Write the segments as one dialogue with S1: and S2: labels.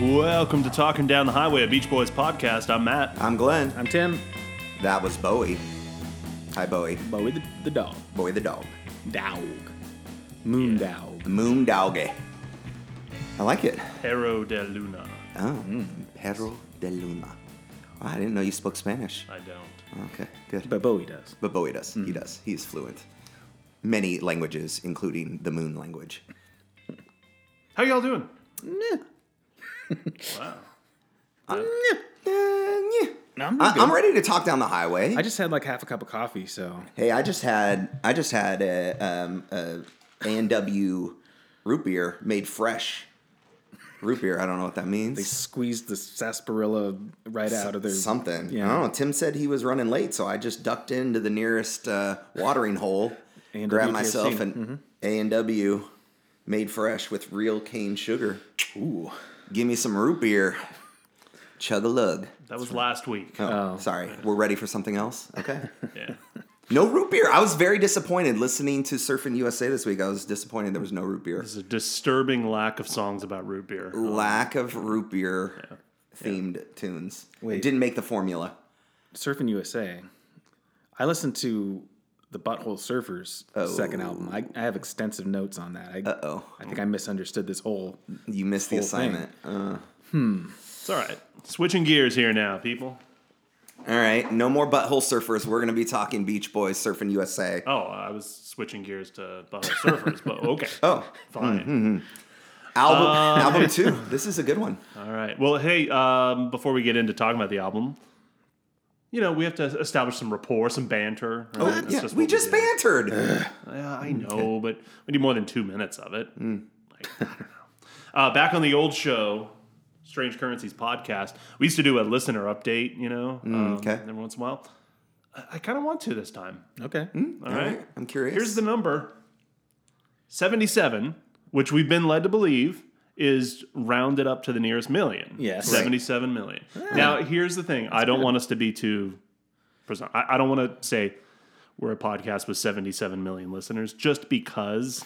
S1: Welcome to Talking Down the Highway, a Beach Boys podcast. I'm Matt.
S2: I'm Glenn.
S3: I'm Tim.
S2: That was Bowie. Hi, Bowie.
S3: Bowie the, the dog.
S2: Bowie the dog.
S3: Dog. Moon dog.
S2: Moon doggy. I like it.
S1: Hero de Luna.
S2: Oh,
S3: Mm.
S2: Perro de Luna. Oh, I didn't know you spoke Spanish.
S1: I don't.
S2: Okay, good. But,
S3: But Bowie does.
S2: Bowie does.
S3: Mm.
S2: He does. He is fluent. Many languages, including the moon language.
S1: How y'all doing? Wow.
S2: Uh, yeah.
S3: Mm. No, I'm,
S2: I,
S3: good.
S2: I'm ready to talk down the highway.
S3: I just had like half a cup of coffee, so
S2: hey, I just had I just had a um a A&W root beer made fresh. Root beer. I don't know what that means.
S3: they squeezed the sarsaparilla right out of their
S2: something. Oh.
S3: Yeah.
S2: I don't know. Tim said he was running late, so I just ducked into the nearest uh, watering hole,
S3: A&W
S2: grabbed
S3: KFC.
S2: myself
S3: Mm-hmm.
S2: an A and W made fresh with real cane sugar.
S3: Ooh,
S2: Give me some root beer. Chug a lug.
S1: That was last week.
S2: Oh, sorry. We're ready for something else. Okay.
S1: Yeah.
S2: no root beer. I was very disappointed listening to Surfing USA this week. I was disappointed there was no root beer.
S1: There's a disturbing lack of songs about root
S3: Oh.
S1: beer.
S2: Lack of root beer themed tunes. It
S3: Wait.
S2: didn't make the formula.
S3: surfing USA. I listened to the Butthole Surfers second album. I, I have extensive notes on that. I,
S2: Oh,
S3: I think I misunderstood this whole.
S2: you missed the
S3: Whole thing.
S2: assignment. Uh,
S1: It's all right. Switching gears here now, people.
S2: All right, no more butthole surfers. We're gonna be talking Beach Boys surfing USA.
S1: Oh, I was switching gears to Bottle Surfers, but okay.
S2: Oh,
S1: Fine.
S2: album
S1: Uh,
S2: album two. This is a good one.
S1: All right. Well, hey, um, before we get into talking about the album, you know, we have to establish some rapport, some banter. right?
S2: Oh,
S1: That's
S2: yeah,
S1: just
S2: we
S1: what Uh,
S2: just
S1: do.
S2: bantered.
S1: Yeah, I know, but we need more than two minutes of it. Like, I don't know. Uh, back on the old show, Strange Currencies podcast, we used to do a listener update, you know, um,
S2: okay.
S1: every once in a while. I, I kind of want to this time.
S3: Okay.
S2: Hmm?
S1: All right.
S2: I'm curious.
S1: Here's the number 77, which we've been led to believe is rounded up to the nearest million.
S3: Yes. Ah. Right.
S1: seventy-seven million. Now, here's the thing I don't want us to be too. presen- I, I don't want to say we're a podcast with 77 million listeners just because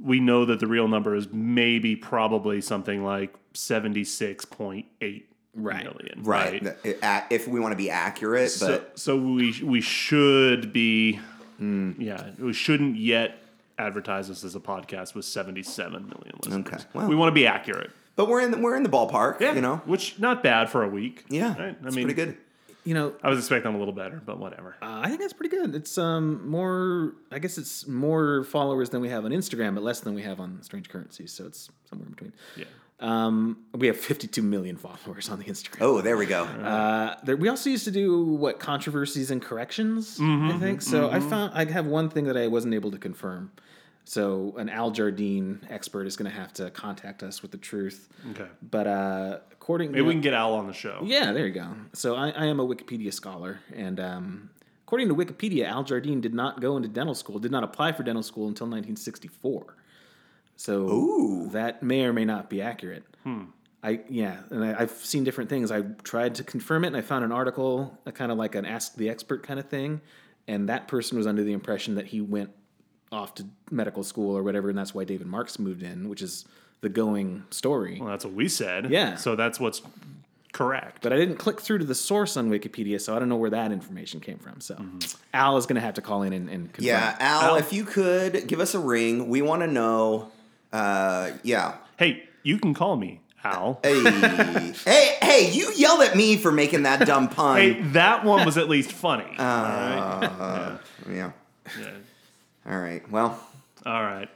S1: we know that the real number is maybe probably something like seventy-six point eight million.
S3: Right.
S2: right. The- a- If we want to be accurate,
S1: So,
S2: but Hmm.
S1: so we we should be, yeah, we shouldn't yet advertise this as a podcast with 77 million listeners.
S2: Okay, well.
S1: we want to be accurate.
S2: but we're in the, we're in the ballpark. You know.
S1: which not bad for a week.
S2: Yeah,
S1: right? I
S2: it's
S1: mean,
S2: pretty good.
S3: You know,
S1: I was expecting a little better, but whatever.
S3: Uh, I think that's pretty good. It's um more, I guess it's more followers than we have on Instagram, but less than we have on Strange Currencies. So it's somewhere in between.
S1: Yeah,
S3: Um, we have 52 million followers on the Instagram.
S2: Oh, there we go.
S3: Uh, there, we also used to do what controversies and corrections.
S1: Mm-hmm,
S3: I think so. I found I have one thing that I wasn't able to confirm. So an Al Jardine expert is going to have to contact us with the truth.
S1: okay.
S3: But uh, according,
S1: Maybe we can get Al on the show.
S3: yeah, there you go. So I, I am a Wikipedia scholar, and um, according to Wikipedia, Al Jardine did not go into dental school, did not apply for dental school until 1964. So
S2: Ooh.
S3: that may or may not be accurate. I yeah, and I, I've seen different things. I tried to confirm it, and I found an article, a kind of like an ask the expert kind of thing, and that person was under the impression that he went off to medical school or whatever, and that's why David Marks moved in, which is the going story.
S1: Well, that's what we said.
S3: Yeah.
S1: so that's what's correct.
S3: But I didn't click through to the source on Wikipedia, so I don't know where that information came from. So Al is going to have to call in and, and confirm.
S2: yeah, Al, if you could give us a ring, we want to know. Uh, yeah.
S1: hey, you can call me Al.
S2: Hey, hey, hey! You yelled at me for making that dumb pun.
S1: Hey, that one was at least funny.
S2: Uh.
S1: all right.
S2: Yeah.
S1: Yeah.
S2: All right. Well.
S1: All right.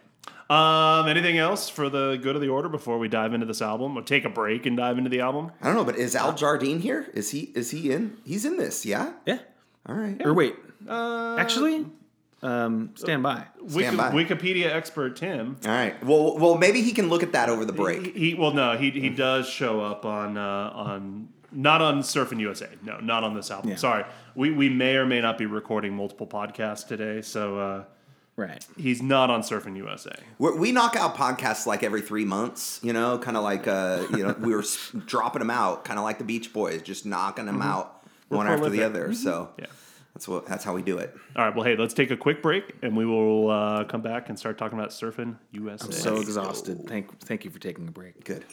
S1: Um, anything else for the good of the order before we dive into this album? Or take a break and dive into the album?
S2: I don't know, but is Al Jardine here? Is he is he in? He's in this, yeah?
S3: Yeah.
S2: All right.
S3: Or wait,
S1: Uh,
S3: actually, um, stand by.
S1: Wiki-
S2: Stand by.
S1: Wikipedia expert Tim.
S2: All right. Well well maybe he can look at that over the
S1: He,
S2: break.
S1: he- well, no, he he does show up on uh, on not on Surfing USA. No, not on this album.
S3: Yeah.
S1: Sorry, we we may or may not be recording multiple podcasts today, so uh,
S3: Right.
S1: he's not on Surfing USA.
S2: We're, we knock out podcasts like every 3 months, you know, kind of like uh, you know, we were s- dropping them out, kind of like the Beach Boys, just knocking
S1: Mm-hmm.
S2: them out one after the
S1: prolific.
S2: other. So
S1: Mm-hmm. Yeah.
S2: that's what that's how we do it.
S1: All right. Well, hey, let's take a quick break, and we will uh, come back and start talking about Surfing USA.
S3: So exhausted. Thank thank you for taking a break.
S2: Good.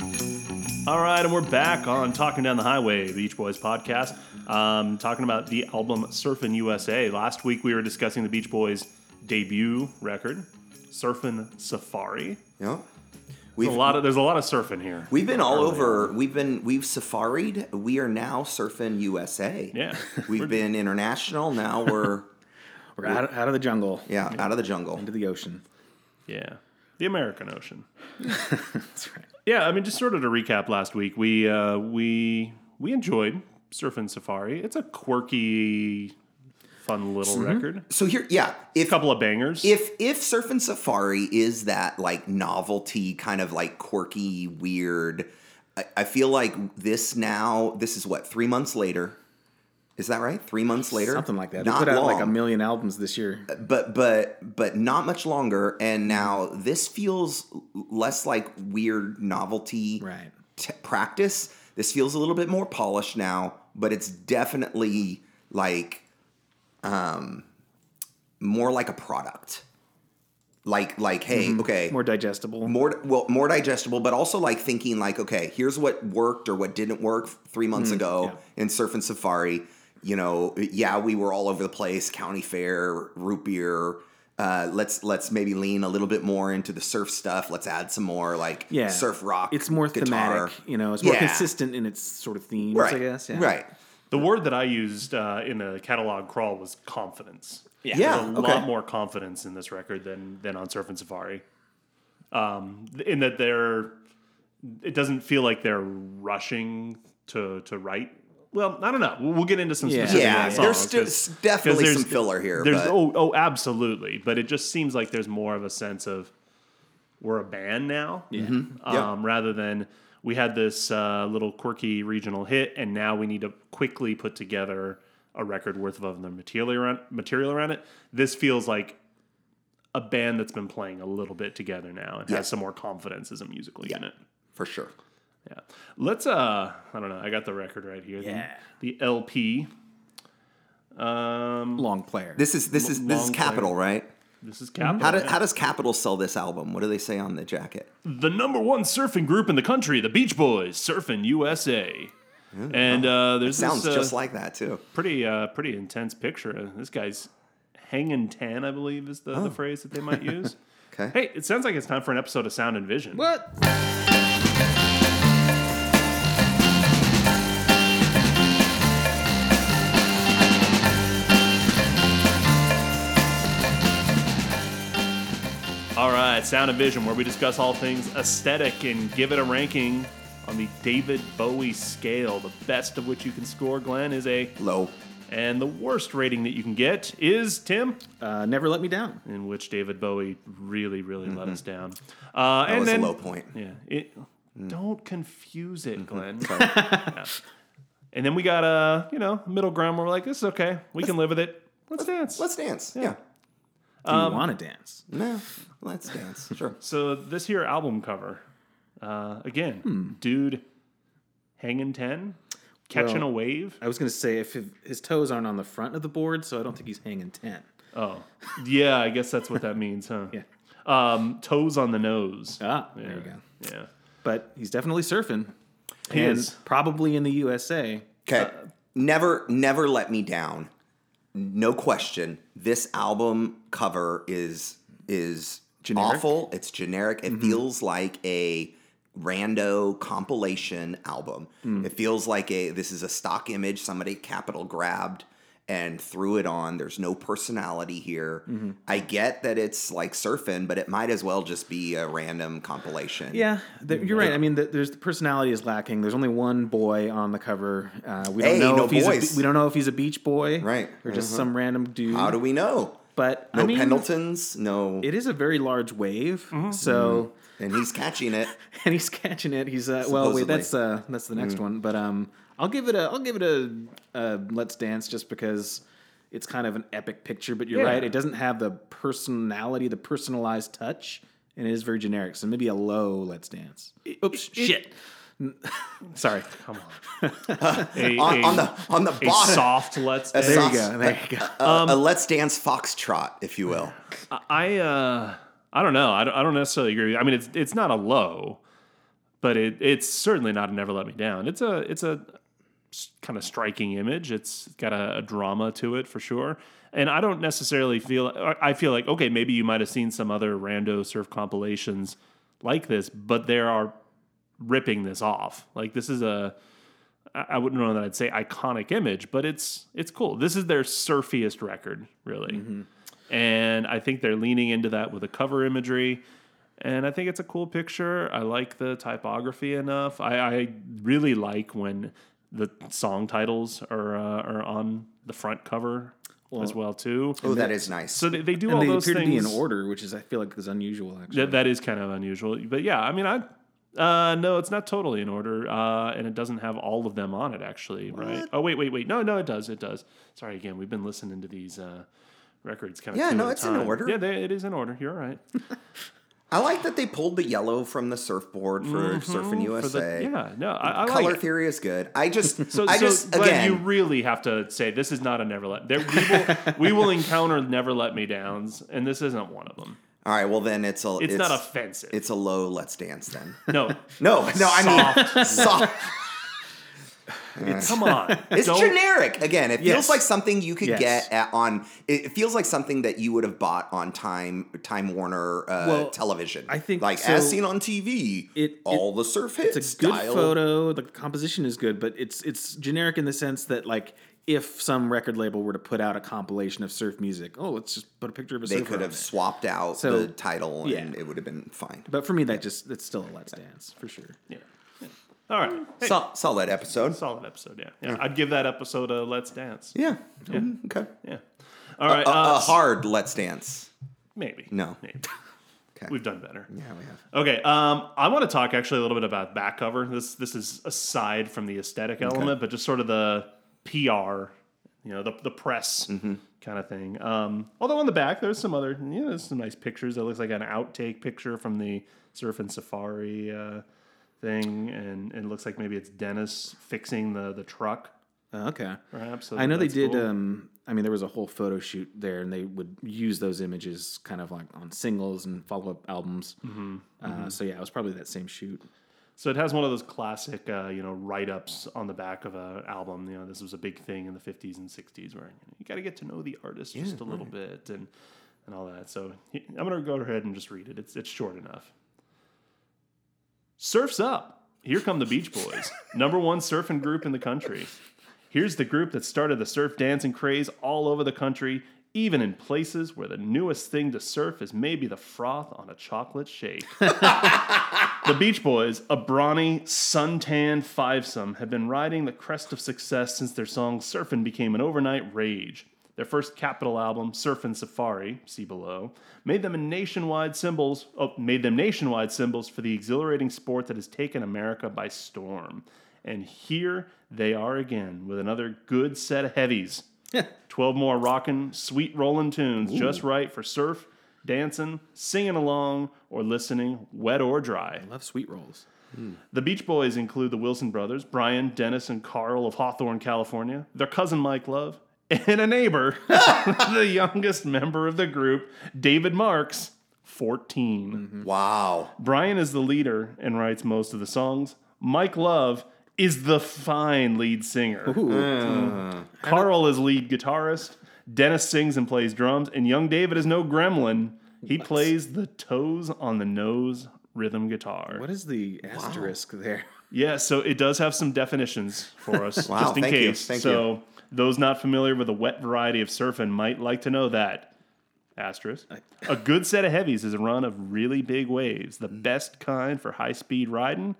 S1: and we're back on Talking Down the Highway, Beach Boys podcast, um, talking about the album Surfin' USA. Last week we were discussing the Beach Boys' debut record, Surfin' Safari.
S2: You know?
S1: There's a lot of there's a lot of surfing here.
S2: We've been all over. We've been we've safaried. We are now surfing USA.
S1: Yeah.
S2: We've been international. Now we're
S3: We're out, out of the jungle,
S2: yeah out of the jungle.
S3: into the ocean.
S1: Yeah, the American Ocean.
S3: That's right.
S1: Yeah, I mean, just sort of to recap last week, we uh, we we enjoyed Surfin' Safari. It's a quirky, fun little record.
S2: So here, yeah. If
S1: couple of bangers.
S2: if if Surf and Safari is that like novelty kind of like quirky weird, I, I feel like this now. This is what three months later. Is that right? Three months later,
S3: Something like that.
S2: Not
S3: they put out
S2: long, Uh,
S3: like a million albums this year.
S2: but but but not much longer. And now this feels less like weird novelty
S3: Right.
S2: t- practice. This feels a little bit more polished now, but it's definitely like um more like a product. Like like hey, okay.
S3: Mm-hmm. More digestible.
S2: More well, more digestible, but also like thinking like, okay, here's what worked or what didn't work three months
S3: Mm,
S2: ago in Surf and Safari. You know, yeah, we were all over the place, county fair, root beer. Uh, let's let's maybe lean a little bit more into the surf stuff. Let's add some more like
S3: yeah.
S2: surf rock.
S3: It's more
S2: guitar.
S3: thematic. You know, it's more
S2: Yeah.
S3: consistent in its sort of themes.
S2: right?
S3: I guess. Yeah.
S2: Right.
S1: the word that I used uh, in the catalog crawl was confidence.
S3: Yeah.
S2: Yeah.
S1: There's a
S2: okay.
S1: lot more confidence in this record than than on Surf and Safari. Um, in that they're, it doesn't feel like they're rushing to to write. Well, I don't know. We'll, we'll get into some
S3: Yeah.
S1: specific
S2: Yeah,
S1: songs
S2: there's still
S1: 'cause-
S2: definitely
S1: 'cause
S2: some filler here.
S1: There's
S2: but
S1: oh oh absolutely, but it just seems like there's more of a sense of we're a band now, um,
S2: Yeah.
S1: rather than we had this uh, little quirky regional hit, and now we need to quickly put together a record worth of other material around material around it. This feels like a band that's been playing a little bit together now and
S2: Yeah.
S1: has some more confidence as a musical unit.
S2: for sure.
S1: Yeah. Let's uh I don't know, I got the record right here. The-
S3: Yeah.
S1: The, LP. Um
S3: Long player.
S2: This is this is this is
S1: long
S2: Capital, right?
S1: this is Capital.
S2: How, do,
S1: yeah.
S2: how does Capital sell this album? What do they say on the jacket?
S1: the number one surfing group in the country, the Beach Boys, Surfing USA. And uh, there's
S2: Sounds
S1: this, uh,
S2: just like that too.
S1: pretty uh, pretty intense picture. This guy's hanging tan, I believe, is
S2: Oh.
S1: the, the phrase that they might use.
S2: Okay.
S1: Hey, it sounds like it's time for an episode of Sound and Vision.
S3: what?
S1: All right, Sound and Vision, where we discuss all things aesthetic and give it a ranking on the David Bowie scale. The best of which you can score, Glenn, is a,
S2: Low.
S1: and the worst rating that you can get is Tim.
S3: Uh, Never let me down.
S1: in which David Bowie really, really let us down. Uh,
S2: Mm-hmm. That
S1: and
S2: was
S1: then,
S2: a low point. Mm. Mm-hmm.
S1: Yeah, it, don't confuse it, Glenn. Yeah. And then we got a you know middle ground where we're like, this is okay, we can live with it. Let's dance.
S2: Let's dance. Yeah.
S3: Do
S1: Um,
S3: you want to dance?
S2: No. Let's dance. Sure.
S1: so this here album cover, uh, again,
S2: Hmm.
S1: dude, hanging ten, catching
S3: Well-
S1: a wave.
S3: I was going to say if if his toes aren't on the front of the board, so I don't think he's hanging ten.
S1: Oh, yeah, I guess that's what that means, huh?
S3: Yeah.
S1: Um, toes on the nose.
S3: Ah,
S1: yeah.
S3: there we go.
S1: Yeah.
S3: But he's definitely surfing.
S1: He
S3: and
S1: is.
S3: probably in the USA.
S2: Okay. never, never let me down. No question. This album cover is is
S3: Generic? Mm-hmm.
S2: awful. It's generic. It feels like a rando compilation album.
S3: Mm.
S2: It feels like a this is a stock image somebody capital grabbed and threw it on. There's no personality here.
S3: Mm-hmm.
S2: I get that it's like surfing, but it might as well just be a random compilation.
S3: Yeah, th- you're right. I mean, the, there's the personality is lacking. There's only one boy on the cover. Uh, we don't
S2: Hey,
S3: know
S2: no
S3: if he's a,
S2: boys.
S3: we don't know if he's a beach boy,
S2: Right. Uh-huh.
S3: or just some random dude.
S2: How do we know?
S3: but
S2: No
S3: I mean,
S2: Pendletons, no
S3: it is a very large wave. So
S2: and he's catching it.
S3: and he's catching it. He's uh, well, wait,
S2: Supposedly. Mm.
S3: that's uh, that's the next one. But um, I'll give it a I'll give it a, uh Let's Dance just because it's kind of an epic picture. But you're
S1: Yeah.
S3: right, it doesn't have the personality, the personalized touch, and it is very generic. So maybe a low Let's Dance. Oops, shit. Sorry.
S1: Come on. A-
S2: on,
S1: a-
S2: on the on the
S1: a Um,
S2: bottom.
S1: soft let's
S2: A
S1: dance.
S3: There
S2: soft-
S3: you go. There you go.
S2: a- a let's dance foxtrot, if you will.
S1: I uh I don't know. I don't, I don't necessarily agree. I mean, it's it's not a low, but it it's certainly not a "Never Let Me Down." It's a it's a kind of striking image. It's got a, a drama to it for sure. And I don't necessarily feel I- I feel like okay, maybe you might have seen some other rando surf compilations like this, but there are ripping this off. Like this is a I I wouldn't know that I'd say iconic image, but it's it's cool. This is their surfiest record, really.
S3: Mm-hmm.
S1: And I think they're leaning into that with a cover imagery. And I think it's a cool picture. I like the typography enough. I, I really like when the song titles are uh, are on the front cover as well too.
S2: Oh, that is nice.
S1: So they, they do
S3: And
S1: all
S3: they
S1: those
S3: appear
S1: things
S3: to be in order, which is I feel like is unusual. Actually,
S1: that, that is kind of unusual. But yeah, I mean, I uh, no, it's not totally in order, uh, and it doesn't have all of them on it actually, right? Oh wait, wait, wait. No, no, it does. It does. Sorry again. We've been listening to these uh, records kind of
S2: Yeah,
S1: two
S2: no,
S1: at a
S2: it's in
S1: time.
S2: order.
S1: Yeah, they, it is in order. You're right.
S2: I like that they pulled the yellow from the surfboard for Surfing
S1: Mm-hmm, For the-
S2: USA.
S1: yeah, no, I, I
S2: Color
S1: like. it.
S2: theory is good. I just,
S1: So,
S2: I
S1: so
S2: just
S1: Glenn,
S2: again,
S1: you really have to say this is not a never let. There, we will we will encounter never let me downs, and this isn't one of them.
S2: all right. Well, then it's a,
S1: It's, not offensive.
S2: it's a low Let's Dance then.
S1: no,
S2: No, no, I mean soft.
S1: come on.
S2: It's
S1: Don't-
S2: generic. Again, it feels
S3: Yes.
S2: like something you could
S3: Yes.
S2: get at, on. It it feels like something that you would have bought on Time Time Warner uh,
S3: Well,
S2: television.
S3: I think
S2: like
S3: so-
S2: as seen on TV,
S3: It-
S2: all the surf hits.
S3: it's a good
S2: style.
S3: photo. The composition is good, but it's it's generic in the sense that like if some record label were to put out a compilation of surf music, oh, let's just put a picture of a
S2: They
S3: surfer.
S2: could
S3: on
S2: have
S3: it.
S2: swapped out
S3: So-
S2: the title, and
S3: yeah.
S2: it would have been fine.
S3: But for me, that just that's still a Let's Dance for sure.
S1: Yeah. Yeah. All right. Hey,
S2: Sol- solid episode.
S1: solid episode. Yeah. yeah. I'd give that episode a Let's Dance.
S2: Yeah. Mm, okay.
S1: Yeah. All right.
S2: A-
S1: Uh,
S2: a hard Let's Dance.
S1: maybe.
S2: No.
S1: Maybe.
S2: Okay.
S1: We've done better.
S2: Yeah, we have.
S1: Okay. Um, I want to talk actually a little bit about back cover. This this is aside from the aesthetic element, but just sort of the PR, you know, the the press kind of thing. Um, although on the back there's some other yeah, there's some nice pictures. It looks like an outtake picture from the Surf and Safari uh, thing, and, and it looks like maybe it's Dennis fixing the the truck.
S3: Uh, okay.
S1: Perhaps
S3: I know they
S1: That's
S3: did.
S1: cool.
S3: Um, I mean, there was a whole photo shoot there, and they would use those images kind of like on singles and follow up albums. Uh, So yeah, it was probably that same shoot.
S1: So it has one of those classic, uh, you know, write-ups on the back of a album. You know, this was a big thing in the '50s and '60s, where you, got to get to know the artist just a little bit and and all that. So he- I'm gonna go ahead and just read it. It's it's short enough. Surf's up. Here come the Beach Boys, number one surfing group in the country. Here's the group that started the surf dancing craze all over the country, even in places where the newest thing to surf is maybe the froth on a chocolate shake. The Beach Boys, a brawny, suntanned fivesome, have been riding the crest of success since their song Surfin' became an overnight rage. Their first capital album, Surfin' Safari, see below, made them a nationwide symbols oh, made them nationwide symbols for the exhilarating sport that has taken America by storm. And here they are again with another good set of heavies. 12 more rockin', sweet rolling tunes just right for surf, dancing, singing along, or listening, wet or dry.
S3: I love sweet rolls.
S1: The Beach Boys include the Wilson brothers, Brian, Dennis, and Carl of Hawthorne, California, their cousin Mike Love, and a neighbor, the youngest member of the group, David Marks, 14.
S2: Mm-hmm.
S3: Mm-hmm.
S2: Wow.
S1: Brian is the leader and writes most of the songs. Mike Love is the fine lead singer. Carl is lead guitarist. Dennis sings and plays drums. And young David is no gremlin. He plays the toes on the nose rhythm guitar.
S3: What is the asterisk there?
S1: Yeah, so it does have some definitions for us,
S2: Wow,
S1: just in
S2: thank you,
S1: case.
S2: thank
S1: so those not familiar with a wet variety of surfing might like to know that. Asterisk. A good set of heavies is a run of really big waves,
S3: Mm.
S1: the best kind for high speed riding.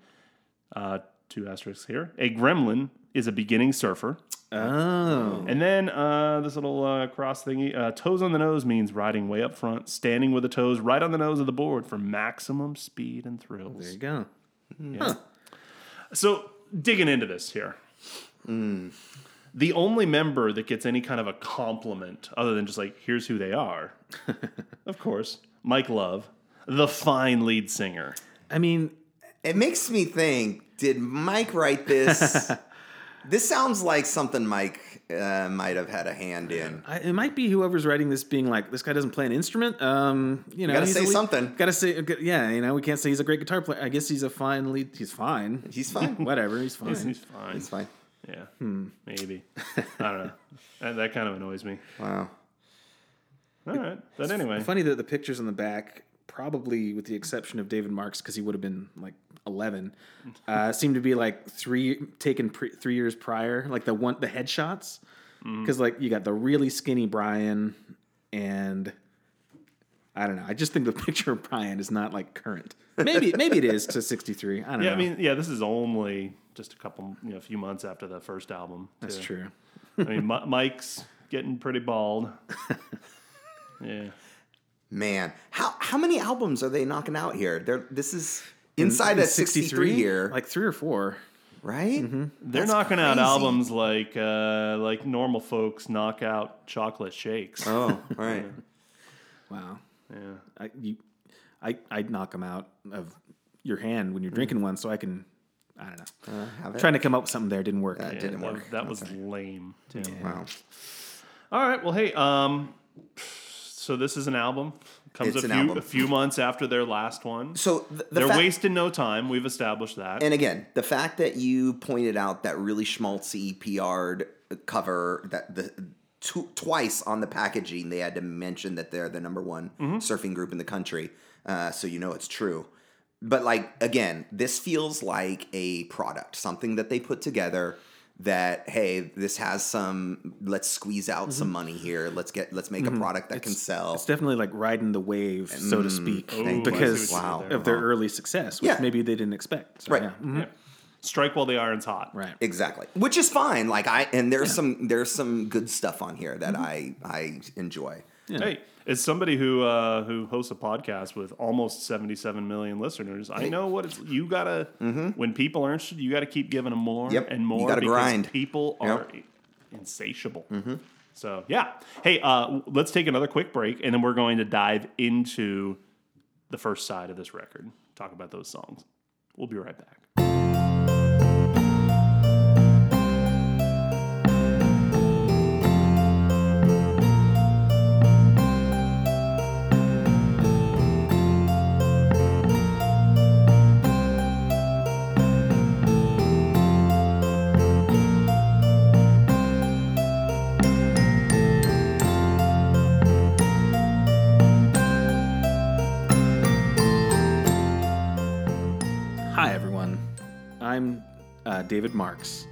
S1: Uh, two asterisks here. A gremlin is a beginning surfer.
S3: Oh,
S1: And then uh, this little uh, cross thingy, uh, toes on the nose means riding way up front, standing with the toes right on the nose of the board for maximum speed and thrills.
S3: there you go.
S1: So digging into this here.
S3: Hmm.
S1: The only member that gets any kind of a compliment other than just like, here's who they are, of course, Mike Love, the fine lead singer.
S3: I mean,
S2: It makes me think, did Mike write this? This sounds like something Mike uh, might have had a hand in.
S3: I, it might be whoever's writing this being like, this guy doesn't play an instrument. Um, you know,
S2: gotta
S3: he's a
S2: say
S3: lead-
S2: something.
S3: Gotta say, uh, yeah, you know, we can't say he's a great guitar player. I guess he's a fine lead. He's fine.
S2: He's fine.
S3: Whatever, he's fine. Hmm.
S1: He's fine.
S2: He's fine.
S1: Yeah. Maybe. I don't know. That, that kind of annoys me.
S2: Wow.
S1: All right. But anyway,
S3: Funny that the pictures on the back, probably with the exception of David Marks, because he would have been like eleven, uh, seem to be like three taken pre- three years prior, like the one the headshots,
S1: Mm.
S3: because like you got the really skinny Brian, and I don't know. I just think the picture of Brian is not like current. Maybe maybe it is to sixty three. I don't
S1: yeah,
S3: know.
S1: I mean, yeah, this is only just a couple, you know, a few months after the first album.
S3: that's
S1: too.
S3: true.
S1: I mean, Mi- Mike's getting pretty bald. yeah.
S2: Man, how how many albums are they knocking out here? They're this is inside that 63 year,
S3: like three or four.
S2: right?
S1: They're knocking out
S2: crazy.
S1: albums like uh, like normal folks knock out chocolate shakes.
S2: Oh, right.
S3: Wow.
S1: Yeah.
S3: I you, I I'd knock them out of your hand when you're
S1: Mm.
S3: drinking one, so I can. I don't know.
S2: Uh, have it.
S3: Trying to come up with something there didn't work.
S2: Yeah, it
S1: Yeah,
S2: didn't
S1: that,
S2: work.
S1: That was lame. Too.
S2: Wow.
S1: All right. Well, hey. Um. So this is an album. Comes
S2: It's
S1: a
S2: an
S1: few
S2: album.
S1: a few months after their last one.
S2: So th- the
S1: They're
S2: fact-
S1: wasting no time. We've established that.
S2: And again, the fact that you pointed out that really schmaltzy PR'd cover that the tw- twice on the packaging they had to mention that they're the number one
S3: Mm-hmm.
S2: surfing group in the country, uh, so you know it's true. But like again, this feels like a product, something that they put together. That hey, this has some. Let's squeeze out some money here. Let's get. Let's make a product that can sell.
S3: Mm-hmm. It's definitely like riding the wave, so to speak,
S1: Mm, I see what
S3: because
S1: you did
S2: Wow.
S1: there.
S3: of their early success, which
S2: Yeah.
S3: maybe they didn't expect. So,
S2: Right.
S3: Yeah. Mhm.
S1: Yeah. Strike while the iron's hot.
S3: Right.
S2: Exactly, which is fine. Like I and there's some there's some good stuff on here
S3: Mm-hmm.
S2: that I I enjoy.
S1: Hey, as somebody who uh, who hosts a podcast with almost seventy seven million listeners, I know what it's. You gotta when people are interested, you gotta keep giving them more
S2: Mm-hmm. Yep.
S1: and
S2: You
S1: more.
S2: gotta
S1: because
S2: grind.
S1: People
S2: Yep. Mm-hmm.
S1: are insatiable. So yeah. Hey, uh, w- let's take another quick break, and then we're going to dive into the first side of this record. Talk about those songs. We'll be right back.
S3: Hi, everyone. I'm uh, David Marks,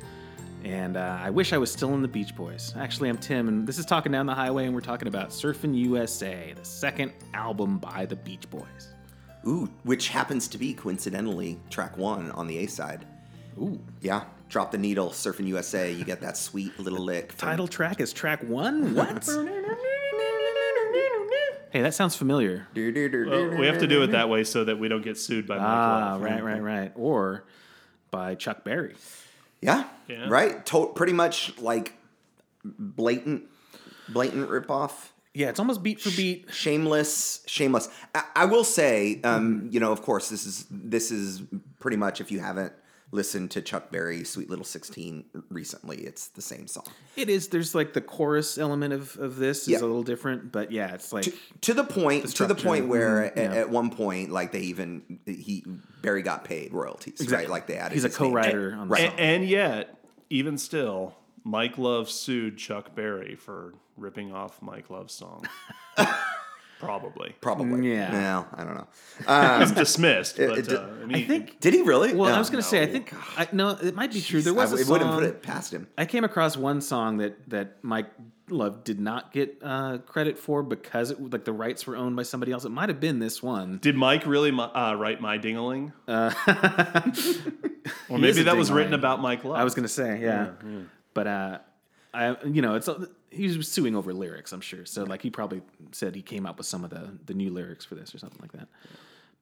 S3: and uh, I wish I was still in the Beach Boys. Actually, I'm Tim, and this is Talking Down the Highway, and we're talking about Surfin' USA, the second album by the Beach Boys.
S2: Ooh, which happens to be coincidentally track one on the A side.
S3: Ooh.
S2: Yeah, drop the needle, surfing USA. You get that sweet little lick. from-
S3: Title track is track one? What? hey, that sounds familiar.
S1: Well, we have to do it that way so that we don't get sued by Michael.
S3: Ah,
S1: F.
S3: right, right, right. Or by Chuck Berry.
S2: Yeah,
S1: Yeah.
S2: right. To- pretty much like blatant, blatant ripoff.
S3: Yeah, it's almost beat for beat.
S2: Shameless, shameless. I, I will say, um, you know, of course, this is this is pretty much if you haven't listened to Chuck Berry, "Sweet Little Sixteen recently, it's the same song.
S3: It is. There's like the chorus element of, of this is
S2: Yeah.
S3: a little different, but yeah, it's like
S2: to the point to the
S3: structure.
S2: point where
S3: Mhm,
S2: a- at,
S3: yeah.
S2: one point like they even he Barry got paid royalties
S3: Exactly.
S2: right like they added
S3: he's a
S2: his name.
S3: co-writer on the
S2: Right.
S3: song.
S1: And, and yet, even still, Mike Love sued Chuck Berry for ripping off Mike Love's song. Probably.
S2: probably
S3: Yeah.
S2: no I don't know
S1: It's dismissed, but
S2: it-
S1: uh, I, mean,
S3: I think.
S2: did he really
S3: Well,
S2: Oh, No.
S3: I was gonna say. I think. I, no, it might be true. There was
S2: I,
S3: a
S2: it
S3: song.
S2: wouldn't put it past him
S3: I came across one song that that Mike Love did not get uh, credit for because it like the rights were owned by somebody else. It might have been this one.
S1: Did Mike really mi- uh, write My Dingaling? or
S3: He is
S1: maybe
S3: a
S1: that was written
S3: ding-a-ling.
S1: about Mike Love.
S3: I was gonna say, yeah. But uh, I, you know, it's uh, he was suing over lyrics, I'm sure. So like, he probably said he came up with some of the the new lyrics for this or something like that.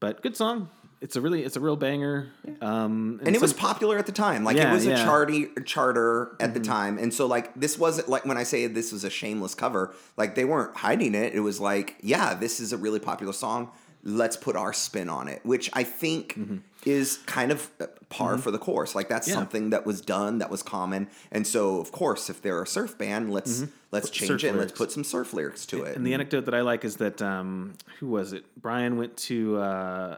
S3: But good song. It's a really, it's a real banger. Um,
S2: and it was popular at the time like
S3: Yeah,
S2: it was
S3: yeah. Mm-hmm.
S2: a charty charter at the time and so like this wasn't like when I say this was a shameless cover like they weren't hiding it it was like yeah this is a really popular song let's put our spin on it, which I think
S3: Mm-hmm.
S2: is kind of uh, par for the course. Like that's something that was done, that was common, and so of course, if they're a surf band, let's
S3: Mm-hmm.
S2: let's change
S3: surf
S2: it and let's
S3: lyrics.
S2: put some surf lyrics to it.
S3: And the anecdote that I like is that um, who was it? Brian went to uh,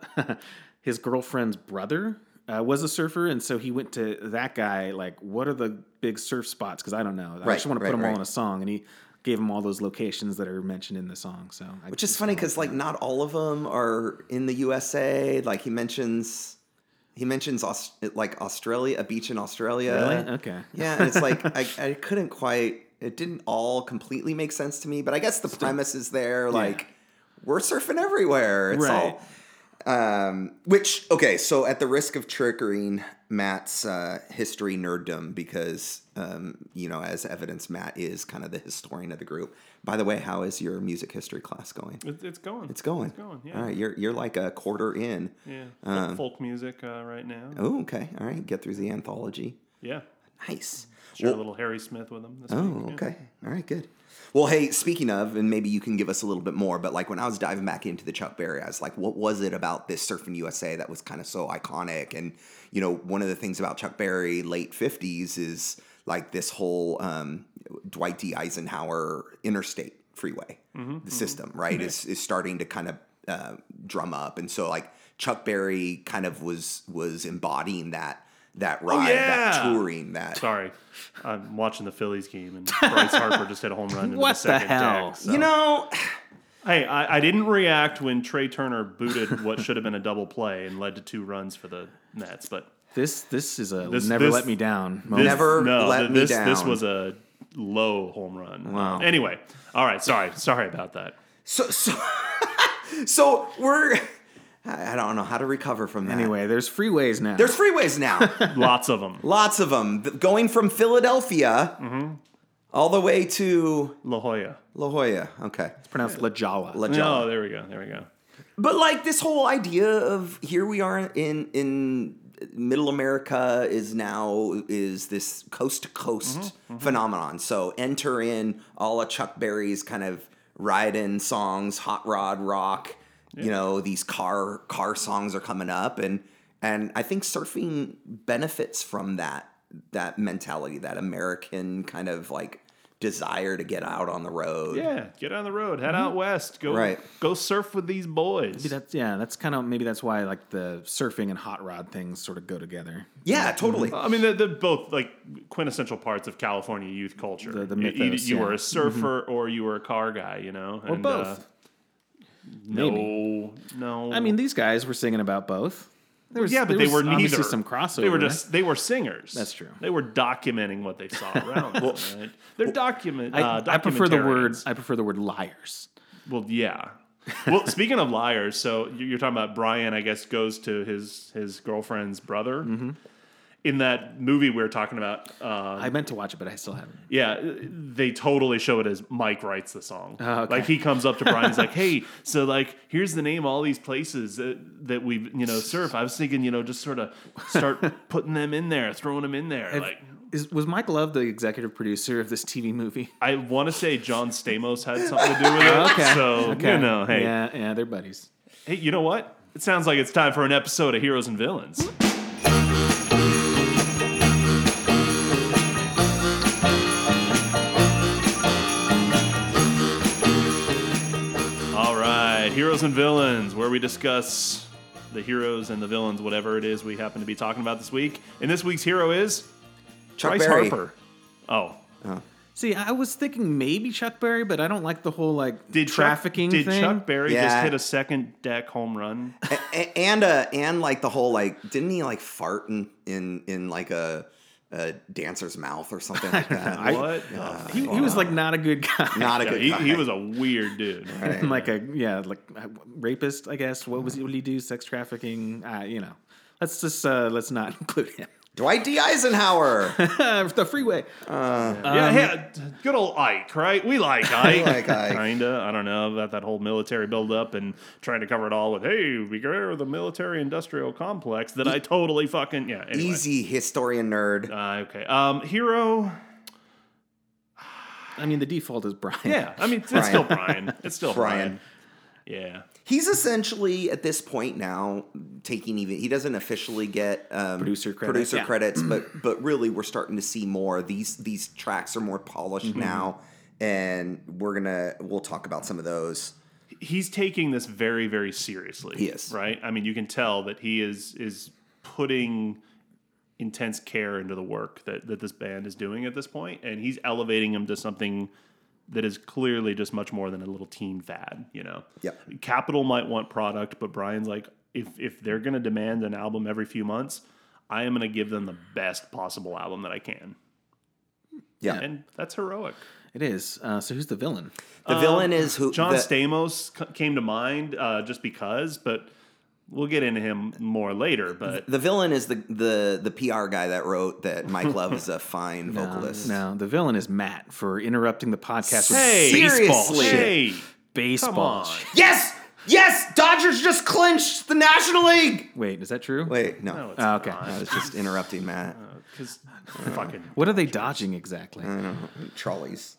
S3: his girlfriend's brother uh, was a surfer, and so he went to that guy. Like, what are the big surf spots? Because I don't know. I
S2: Right,
S3: just want to
S2: right,
S3: put them all
S2: right.
S3: in a song, and he gave him all those locations that are mentioned in the song. So, I
S2: Which is funny because like not all of them are in the USA. Like he mentions, he mentions Aus- like Australia, a beach in Australia.
S3: really okay.
S2: Yeah, and it's like I, I couldn't quite. It didn't all completely make sense to me, but I guess the premise is there. Like we're surfing everywhere. It's
S3: Right.
S2: all. Um, which okay, so at the risk of triggering Matt's uh, history nerddom, because um, you know, as evidence, Matt is kind of the historian of the group. By the way, how is your music history class going?
S1: It, it's going.
S2: It's going.
S1: It's going. Yeah.
S2: All right, you're you're like a quarter in.
S1: Yeah. Folk music uh, right now.
S2: Oh, okay. All right, get through the anthology.
S1: Yeah.
S2: Nice.
S1: Share
S2: Well-
S1: a little Harry Smith with them. This
S2: Oh,
S1: week. yeah.
S2: okay. All right, good. Well, hey, speaking of, and maybe you can give us a little bit more, but like when I was diving back into the Chuck Berry, I was like, what was it about this Surfing USA that was kind of so iconic? And, you know, one of the things about Chuck Berry, late 50s, is like this whole um, Dwight D. Eisenhower interstate freeway, the system, Mm-hmm, right? Is, is starting to kind of uh, drum up. And so, like, Chuck Berry kind of was was embodying that that ride, that
S1: yeah!
S2: touring, that
S1: Sorry, I'm watching the Phillies game, and Bryce Harper just hit a home run into the
S3: What the
S1: second
S3: hell?
S1: deck. So.
S2: you know.
S1: hey, I, I didn't react when Trey Turner booted what should have been a double play and led to two runs for the Nets. But
S3: This this is a
S1: This-
S3: never
S1: this-
S3: let me down
S1: this-
S3: moment.
S2: Never
S1: no,
S2: let
S1: th-
S2: me
S1: this, This
S2: down.
S1: was a low home run.
S2: Wow.
S1: Anyway, all right. Sorry, sorry about that.
S2: So so so we're I I don't know how to recover from that.
S3: Anyway, there's freeways now.
S2: there's freeways now.
S1: Lots of them.
S2: Lots of them going from Philadelphia all the way to
S1: La Jolla.
S2: La Jolla. Okay.
S3: it's pronounced La Jolla.
S2: La Jolla.
S1: No, there we go. There we go.
S2: But like this whole idea of here we are in in middle America is now is this coast to
S1: Mm-hmm,
S2: coast phenomenon. So enter in all of Chuck Berry's kind of riding songs, hot rod rock. You know these car car songs are coming up, and and I think surfing benefits from that that mentality, that American kind of like desire to get out on the road.
S1: Yeah, get on the road, head out west, go
S2: Mm-hmm. Right.
S1: go surf with these boys.
S3: Maybe that's yeah. That's kind of maybe that's why like the surfing and hot rod things sort of go together.
S2: Yeah, totally.
S1: I mean, they're, they're both like quintessential parts of California youth culture.
S3: The- the
S1: You- you,
S3: mythos,
S1: you
S3: yeah.
S1: were
S2: Mm-hmm.
S1: a surfer or you were a car guy, you know, uh,
S3: Or both.
S1: no, no.
S3: uh, I mean, these guys were singing about both. There was,
S1: yeah, but
S3: there
S1: they
S3: was
S1: were neither.
S3: obviously some crossover.
S1: They were just they were singers.
S3: That's true.
S1: They were documenting what they saw around. them, right? They're document.
S3: I,
S1: uh,
S3: I prefer the word.
S1: documentarians.
S3: I prefer the word liars.
S1: Well, yeah. well, speaking of liars, so you- you're talking about Brian, I guess, goes to his his girlfriend's brother.
S3: Mm-hmm.
S1: In that movie we were talking about, uh,
S3: I meant to watch it, but I still haven't.
S1: yeah, uh, they totally show it as Mike writes the song.
S3: Oh, okay.
S1: Like he comes up to Brian, he's like, "Hey, so like here's the name of all these places that, that we you know surf." I was thinking, you know, just sort of start putting them in there, throwing them in there. like
S3: Is, was Mike Love the executive producer of this TV movie?
S1: I want to say John Stamos had something to do with it. So you know, hey,
S3: yeah, yeah, they're buddies.
S1: Hey, you know what? It sounds like it's time for an episode of Heroes and Villains. All right, Heroes and Villains, where we discuss the heroes and the villains, whatever it is we happen to be talking about this week. And this week's hero is
S2: Chuck
S1: Bryce
S2: Berry.
S1: Harper. Oh,
S3: See, I was thinking maybe Chuck Berry, but I don't like the whole like
S1: did Chuck-
S3: trafficking
S1: did
S3: thing.
S1: Chuck Berry just
S2: Yeah.
S1: hit a second deck home run?
S2: A- a- and uh and like the whole like didn't he like fart in in, in like a, a dancer's mouth or something like that
S3: I-
S1: What? the
S3: he, he was like not a good guy.
S2: not a
S1: Yeah,
S2: Oh, good
S1: he,
S2: guy.
S1: he was a weird dude.
S3: like a yeah, like a rapist, I guess. What was he? What did he do? Sex trafficking? Uh, you know, let's just uh, let's not include him.
S2: dwight d eisenhower
S3: the freeway.
S1: yeah, hey, uh, good old Ike, right? We like Ike.
S2: Um, like Ike.
S1: Kinda. I don't know about that whole military buildup and trying to cover it all with, hey, we get rid of the military industrial complex that I totally fucking, yeah. Anyway.
S2: E easy historian nerd
S1: Uh, okay. Um, hero.
S3: I mean, the default is Brian.
S1: Yeah. I mean, it's, it's still Brian. It's still Brian.
S2: Brian.
S1: Yeah.
S2: He's essentially at this point now taking even. He doesn't officially get um,
S3: Producer credit,
S2: producer
S3: yeah.
S2: credits, but but really we're starting to see more. These these tracks are more polished
S1: Mm-hmm.
S2: now, and we're gonna we'll talk about some of those.
S1: he's taking this very very seriously
S2: Yes.
S1: right i mean you can tell that he is is putting intense care into the work that that this band is doing at this point and he's elevating him to something that is clearly just much more than a little teen fad you know
S2: Yep.
S1: capital might want product but brian's like if if they're going to demand an album every few months i am going to give them the best possible album that i can
S2: Yeah,
S1: and that's heroic
S3: It is. Uh, so who's the villain?
S2: the villain is who
S1: Um, John
S2: the-
S1: Stamos c- came to mind uh, just because, but we'll get into him more later. But
S2: The villain is the the the PR guy that wrote that Mike Love is a fine vocalist.
S3: No, Uh, the villain is Matt for interrupting the podcast with
S1: hey,
S2: baseball shit.
S1: hey, come
S3: baseball.
S1: on.
S2: Yes, yes, Dodgers just clinched the National League.
S3: Wait, is that true?
S2: Wait, no,
S1: No, it's
S3: Oh, okay.
S2: I
S1: not.
S2: was just interrupting Matt.
S1: Because fucking
S3: What are they dodging exactly?
S2: Trolleys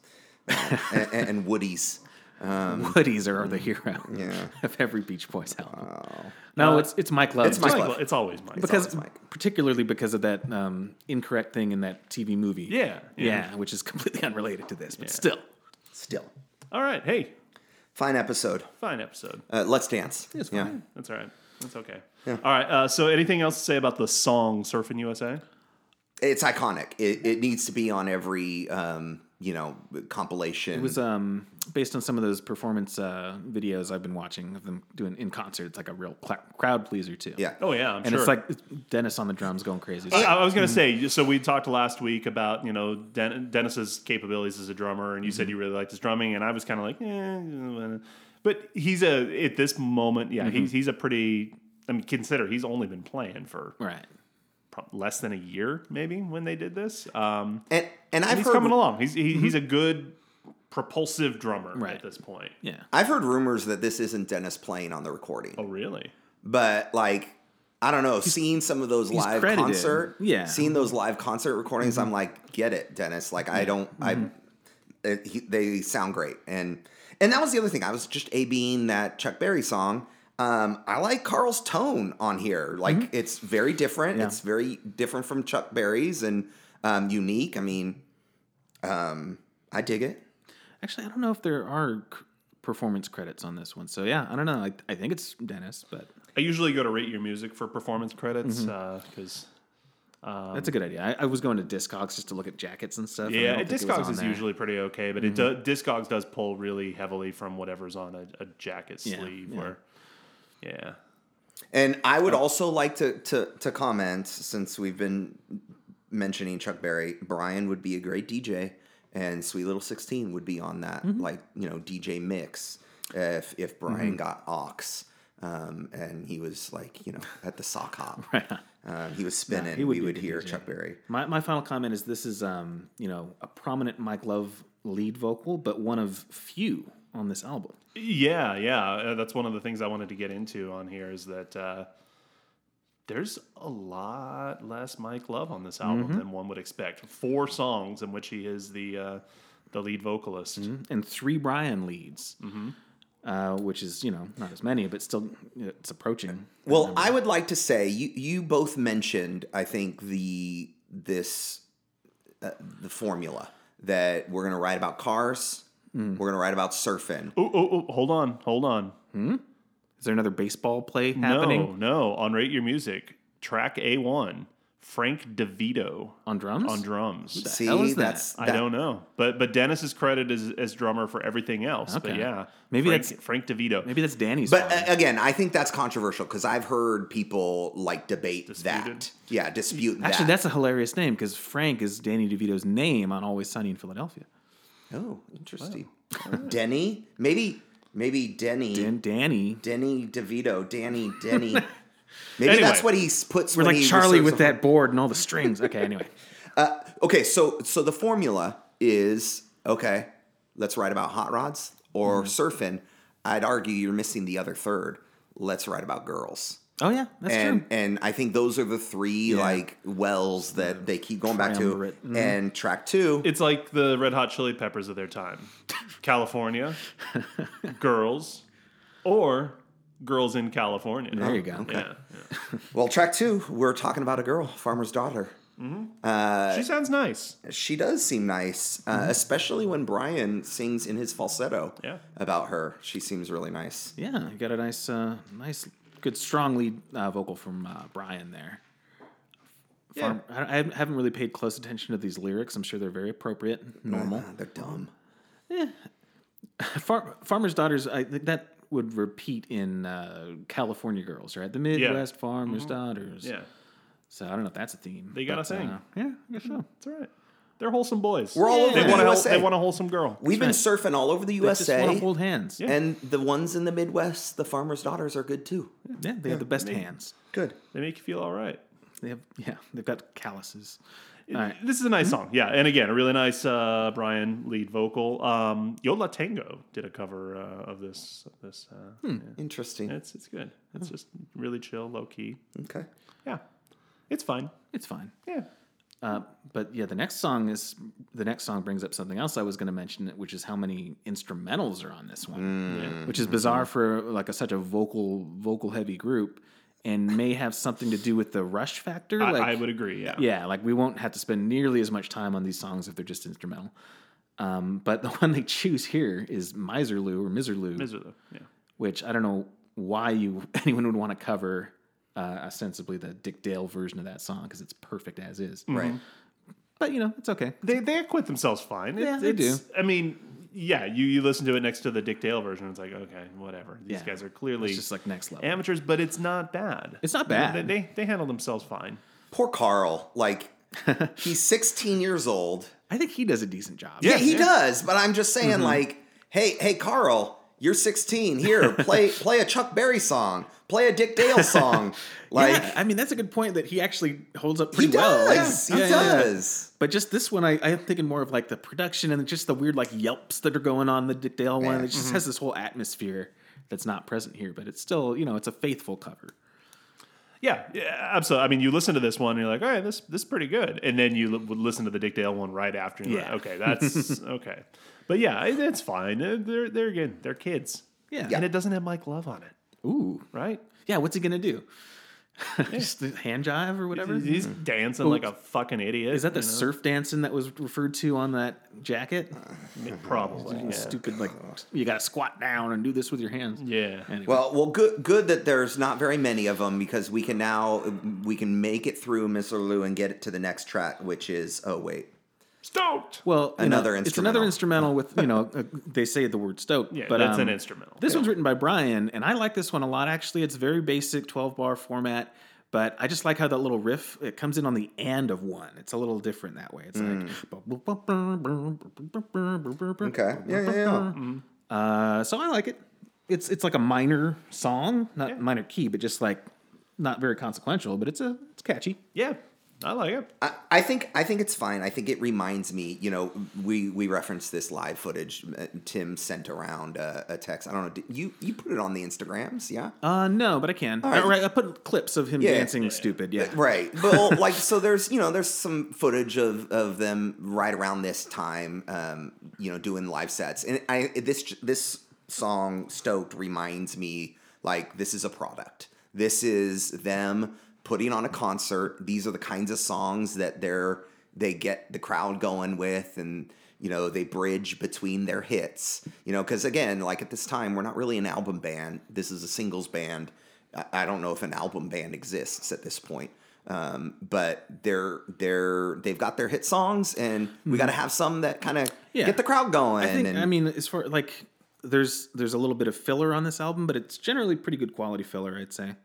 S2: and, and, and Woodies.
S3: Woodies are the hero
S2: Mm, Yeah.
S3: of every Beach Boys album. No, it's it's Mike Love.
S2: it's
S1: Mike
S2: Mike
S1: Lo-
S2: Love.
S1: it's always Mike.
S3: because
S2: always Mike.
S3: particularly because of that um, incorrect thing in that TV movie.
S1: Yeah,
S3: yeah, which is completely unrelated to this, but still.
S2: Still,
S1: All right. Hey,
S2: fine episode.
S1: fine episode.
S2: Uh, let's dance.
S3: It's
S2: Yeah.
S3: fine.
S1: That's all right. That's okay. All right. Uh, so, anything else to say about the song "Surfing USA"?
S2: It's iconic. It, it needs to be on every um, you know compilation.
S3: It was um, based on some of those performance uh, videos I've been watching of them doing in concert. It's like a real cla crowd pleaser too.
S2: yeah. Oh,
S1: Oh yeah, I'm
S3: and
S1: sure.
S3: it's like Dennis on the drums going crazy.
S1: I, I was gonna say. So we talked last week about you know Den- Dennis's capabilities as a drummer, and you said you really liked his drumming, and I was kind of like, eh. But he's a at this moment, yeah, he's he's a pretty. I mean, consider he's only been playing for
S3: right.
S1: prob- less than a year, maybe when they did this. Um,
S2: And and I've
S1: he's
S2: heard
S1: coming along. He's he, he's a good propulsive drummer
S3: Right.
S1: at this point.
S3: Yeah.
S2: I've heard rumors that this isn't Dennis playing on the recording,
S1: Oh, really?
S2: but like I don't know. Seeing some of those live
S3: credited.
S2: concert,
S3: Yeah. Mm-hmm.
S2: Seeing those live concert recordings, I'm like, get it, Dennis. Like I don't, I it, he, they sound great, and and that was the other thing. I was just a being that Chuck Berry song. Um, I like Carl's tone on here. Like
S3: Mm-hmm.
S2: it's very different. It's very different from Chuck Berry's and um, unique. I mean, um, I dig it.
S3: Actually, I don't know if there are c- performance credits on this one. So yeah, I don't know. I, I think it's Dennis, but
S1: I usually go to rate your music for performance credits uh, because.
S3: that's a good idea. I, I was going to Discogs just to look at jackets and stuff. and I
S1: Yeah,
S3: don't think it was
S1: Discogs
S3: on
S1: is
S3: there. Mm-hmm.
S1: usually pretty okay, but it do, Discogs does pull really heavily from whatever's on a, a jacket
S3: Yeah,
S1: sleeve
S3: yeah.
S1: or yeah.
S2: And I
S3: Oh.
S2: would also like to to to comment since we've been mentioning Chuck Berry, Brian would be a great DJ, and Sweet Little Sixteen would be on that
S3: Mm-hmm.
S2: like you know DJ mix if if Brian got aux. Um, and he was like, you know, at the sock hop. Um, he was spinning.
S3: he would
S2: we
S3: be a
S2: would
S3: good
S2: hear
S3: DJ.
S2: Chuck Berry.
S3: My, my final comment is this is um, you know a prominent Mike Love lead vocal, but one of few on this album.
S1: Yeah, yeah. Uh, that's one of the things I wanted to get into on here is that uh, there's a lot less Mike Love on this album
S3: Mm-hmm.
S1: than one would expect. Four songs in which he is the uh, the lead vocalist.
S3: and three Brian leads,
S1: Mm-hmm.
S3: uh, which is you know not as many, but still it's approaching.
S2: Well, I would like to say you you both mentioned I think the this uh, the formula that we're gonna write about cars,
S3: Mm.
S2: we're gonna write about surfing.
S1: Oh, oh, oh, hold on, hold on.
S3: Is there another baseball play happening
S1: No, no. On Rate Your Music, track A one, Frank DeVito
S3: on drums?
S1: on drums.
S2: See,
S3: hell is that?
S2: that's
S1: I
S2: that-
S1: don't know, but but Dennis is credited as, as drummer for everything else. But
S3: Okay.
S1: yeah,
S3: Maybe
S1: Frank,
S3: that's-
S1: Frank DeVito.
S3: Maybe that's Danny's.
S2: But
S3: song.
S2: uh, again, I think that's controversial because I've heard people like debate
S1: Disputed.
S2: that. Yeah, dispute
S3: actually,
S2: that.
S3: that's a hilarious name because Frank is Danny DeVito's name on Always Sunny in Philadelphia.
S2: oh, interesting. Denny, maybe, maybe Denny,
S3: And Danny,
S2: Denny DeVito, Danny Denny. Maybe
S1: Anyway.
S2: that's what he s- puts.
S3: we're
S2: when
S3: like
S2: he
S3: Charlie
S2: reserves
S3: with
S2: a-
S3: that board and all the strings. Okay, anyway,
S2: Okay, so so the formula is okay. Let's write about hot rods or
S3: Mm-hmm.
S2: surfing. I'd argue you're missing the other third. Let's write about girls.
S3: oh yeah, that's
S2: and
S3: true.
S2: and I think those are the three like wells that they keep going back to.
S3: Triumvirate. Mhm.
S2: And track two,
S1: It's like the Red Hot Chili Peppers of their time. California, girls, or Girls in California.
S3: There you go.
S1: Yeah, yeah.
S2: Well, track two, we're talking about a girl, farmer's daughter.
S3: Uh,
S1: she sounds nice.
S2: She does seem nice,
S3: Mm-hmm.
S2: uh, especially when Brian sings in his falsetto
S1: Yeah.
S2: about her. She seems really nice.
S3: Yeah, you got a nice, uh, nice, good, strong lead uh, vocal from uh, Brian there. Farm, I, I haven't- haven't really paid close attention to these lyrics. I'm sure they're very appropriate, normal.
S2: Uh, they're dumb.
S3: Far, Farmer's Daughters, I think that would repeat in uh, California Girls, right? The Midwest Farmer's Daughters.
S1: Yeah,
S3: So I don't know if that's a theme.
S1: They gotta
S3: but,
S1: sing.
S3: uh, yeah, I guess so.
S1: it's all right. They're wholesome boys.
S2: We're all over
S1: they
S2: the
S1: want a hel-
S2: USA.
S1: they want a wholesome girl.
S2: We've been surfing all over the
S3: Just want to
S2: USA,
S3: hold hands. Yeah,
S2: and the ones in the Midwest, the farmer's daughters, are good too.
S3: they have the best hands.
S2: Good.
S1: They make you feel all right.
S3: They have, yeah, they've got calluses. All right. Hmm?
S1: This is a nice song, yeah, and again, a really nice uh, Brian lead vocal. Um, Yola Tango did a cover uh, of this. Of this, uh, yeah.
S2: Interesting.
S1: it's it's good. It's just really chill, low key.
S2: Okay.
S1: Yeah, it's fine.
S3: It's fine.
S1: Yeah,
S3: Uh, but yeah, the next song is the next song brings up something else I was going to mention, which is how many instrumentals are on this one,
S1: Mm.
S3: which is bizarre for like a, such a vocal vocal heavy group, and may have something to do with the rush factor.
S1: I,
S3: like,
S1: I would agree. Yeah,
S3: yeah, like we won't have to spend nearly as much time on these songs if they're just instrumental. Um, but the one they choose here is Miserloo or Miserloo,
S1: Miserable. Yeah,
S3: which I don't know why you anyone would want to cover uh, ostensibly the Dick Dale version of that song because it's perfect as is.
S2: Right.
S3: But you know, it's okay.
S1: they they acquit themselves fine.
S3: Yeah, they
S1: it's- I mean, yeah, you you listen to it next to the Dick Dale version. It's like okay, whatever. These
S3: Yeah.
S1: guys are clearly
S3: It's just like next level.
S1: amateurs, but it's not bad.
S3: It's not
S1: They-
S3: bad.
S1: They they, they handle themselves fine.
S2: Poor Carl. Like, he's 16 years old.
S3: I think he does a decent job.
S2: Yeah, he does. But I'm just
S3: Mm-hmm.
S2: saying, like, hey, hey, Carl, you're 16. Here, play play a Chuck Berry song. Play a Dick Dale song. Like,
S3: Yeah, I mean that's a good point that he actually holds up
S2: he
S3: pretty well.
S2: does.
S3: Yeah,
S2: He
S3: yeah, yeah, yeah.
S2: does.
S3: But just this one, I, I'm thinking more of like the production and just the weird like yelps that are going on the Dick Dale one.
S2: Yeah.
S3: It just has this whole atmosphere that's not present here, but it's still you know it's a faithful cover.
S1: Yeah, yeah, absolutely. I mean, you listen to this one, and you're like, all right, this this is pretty good, and then you l- would listen to the Dick Dale one right after. And you're
S3: Yeah.
S1: like, okay, that's okay. But yeah, it, it's fine. They're, they're they're again, they're kids.
S3: Yeah.
S1: and it doesn't have Mike Love on it,
S3: Ooh,
S1: right?
S3: yeah. What's he gonna do? just the hand jive or whatever.
S1: He's dancing like a fucking idiot.
S3: Mm-hmm. Is that the
S1: you know?
S3: surf dancing that was referred to on that jacket?
S1: probably? Yeah.
S3: Stupid, like you got to squat down and do this with your hands.
S1: Yeah.
S3: Anyway.
S2: Well, well, good, good that there's not very many of them because we can now we can make it through Mr. Lou and get it to the next track, which is oh wait,
S1: Stoked.
S3: Well, you
S2: Another
S3: know, It's another instrumental with you know uh, they say the word stoked.
S1: Yeah,
S3: but,
S1: that's
S3: um,
S1: an instrumental.
S3: This one's written by Brian, and I like this one a lot. Actually, it's very basic, twelve bar format, but I just like how that little riff it comes in on the end of one. It's a little different that way. It's like
S2: okay, yeah, yeah,
S3: Mm-hmm.
S2: yeah.
S3: Uh, so I like it. It's it's like a minor song, not
S1: Yeah.
S3: minor key, but just like not very consequential, but it's a it's catchy.
S1: yeah, I like it.
S2: I, I think I think it's fine. I think it reminds me. You know, we we referenced this live footage. uh, Tim sent around a, a text. I don't know. Did you you put it on the Instagrams, yeah?
S3: Uh, no, but I can. All
S2: right.
S3: right. I put clips of him
S2: Yeah.
S3: dancing stupid. Yeah,
S2: Right. Well, like so there's you know there's some footage of of them right around this time um you know doing live sets. And I this this song Stoked reminds me like this is a product. This is them putting on a concert. These are the kinds of songs that they're they get the crowd going with and you know they bridge between their hits. You know cuz again like at this time we're not really an album band. This is a singles band. I- I don't know if an album band exists at this point. Um, but they're they're they've got their hit songs, and we got to have some that kind of
S3: Mm-hmm. Yeah.
S2: get the crowd going.
S3: I think.
S2: and
S3: I mean, as far like there's there's a little bit of filler on this album, but it's generally pretty good quality filler, I'd say.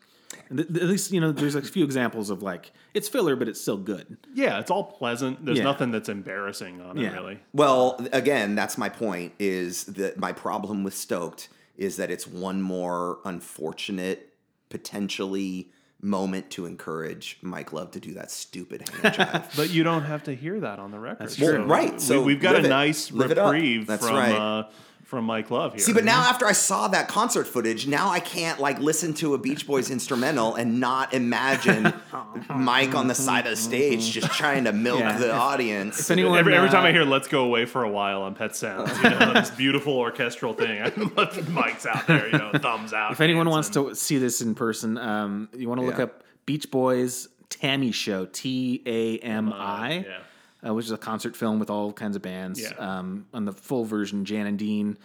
S3: And th- th- at least you know there's a few examples of like it's filler, but it's still good.
S1: Yeah, it's all pleasant. There's
S3: Yeah.
S1: nothing that's embarrassing on it
S3: Yeah.
S1: really.
S2: well, again, that's my point. Is that my problem with Stoked is that it's one more unfortunate potentially moment to encourage Mike Love to do that stupid hand jive.
S1: But you don't have to hear that on the record.
S3: true. Well,
S2: right, so
S1: we, have got
S2: live
S1: a
S2: it.
S1: nice
S2: Live it up.
S1: reprieve
S2: That's
S1: from
S2: right.
S1: uh, from Mike Love here.
S2: See, but now after I saw that concert footage, now I can't like listen to a Beach Boys instrumental and not imagine Mike on the side of the stage just trying to milk
S3: Yeah.
S2: the audience.
S3: If anyone,
S1: every, every
S3: uh,
S1: time I hear "Let's go away for a while" on Pet Sounds, you know, this beautiful orchestral thing. I love Mike's out there, you know, thumbs out.
S3: if anyone wants to see this in person, um, you want to look
S2: Yeah.
S3: up Beach Boys Tammy Show, T A M I,
S1: yeah.
S3: uh, which is a concert film with all kinds of bands.
S1: Yeah.
S3: Um, on the full version, Jan and Dean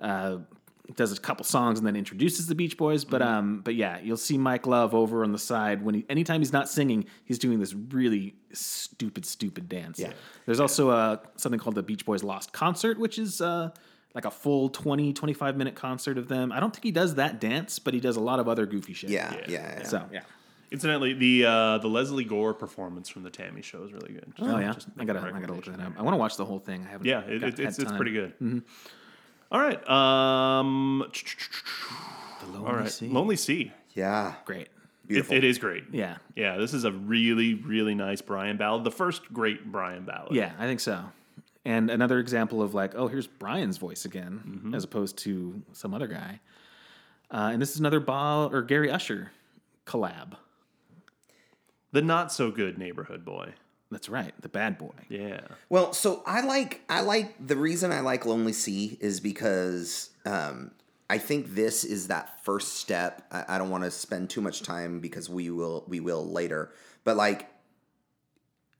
S3: uh, does a couple songs and then introduces the Beach Boys. But
S2: Mm-hmm.
S3: um, but yeah, you'll see Mike Love over on the side when he, anytime he's not singing, he's doing this really stupid, stupid dance.
S2: Yeah.
S3: There's also uh, something called the Beach Boys Lost Concert, which is uh, like a full 20, 25 minute concert of them. I don't think he does that dance, but he does a lot of other goofy shit.
S2: Yeah, yeah,
S1: Yeah.
S2: yeah.
S3: So, yeah.
S1: Incidentally, the uh, the Leslie Gore performance from the Tammy show is really good.
S3: Oh, yeah.
S1: Just
S3: I gotta, I gotta look that up. I want to watch the whole thing. I haven't.
S1: Yeah, it,
S3: got-
S1: it, it's
S3: had
S1: it's
S3: time.
S1: pretty good. All right. Um,
S3: The Lonely
S1: all right.
S3: Sea.
S1: Lonely Sea.
S2: Yeah.
S3: Great.
S1: It,
S2: Beautiful.
S1: it is great.
S3: Yeah.
S1: Yeah, this is a really, really nice Brian ballad. The first great Brian ballad.
S3: Yeah, I think so. And another example of like, oh, here's Brian's voice again, as opposed to some other guy. Uh, and this is another Ball or Gary Usher collab.
S1: The not so good neighborhood boy.
S3: That's right, the bad boy.
S1: Yeah.
S2: Well, so I like I like the reason I like Lonely Sea is because um, I think this is that first step. I, I don't want to spend too much time because we will we will later. But like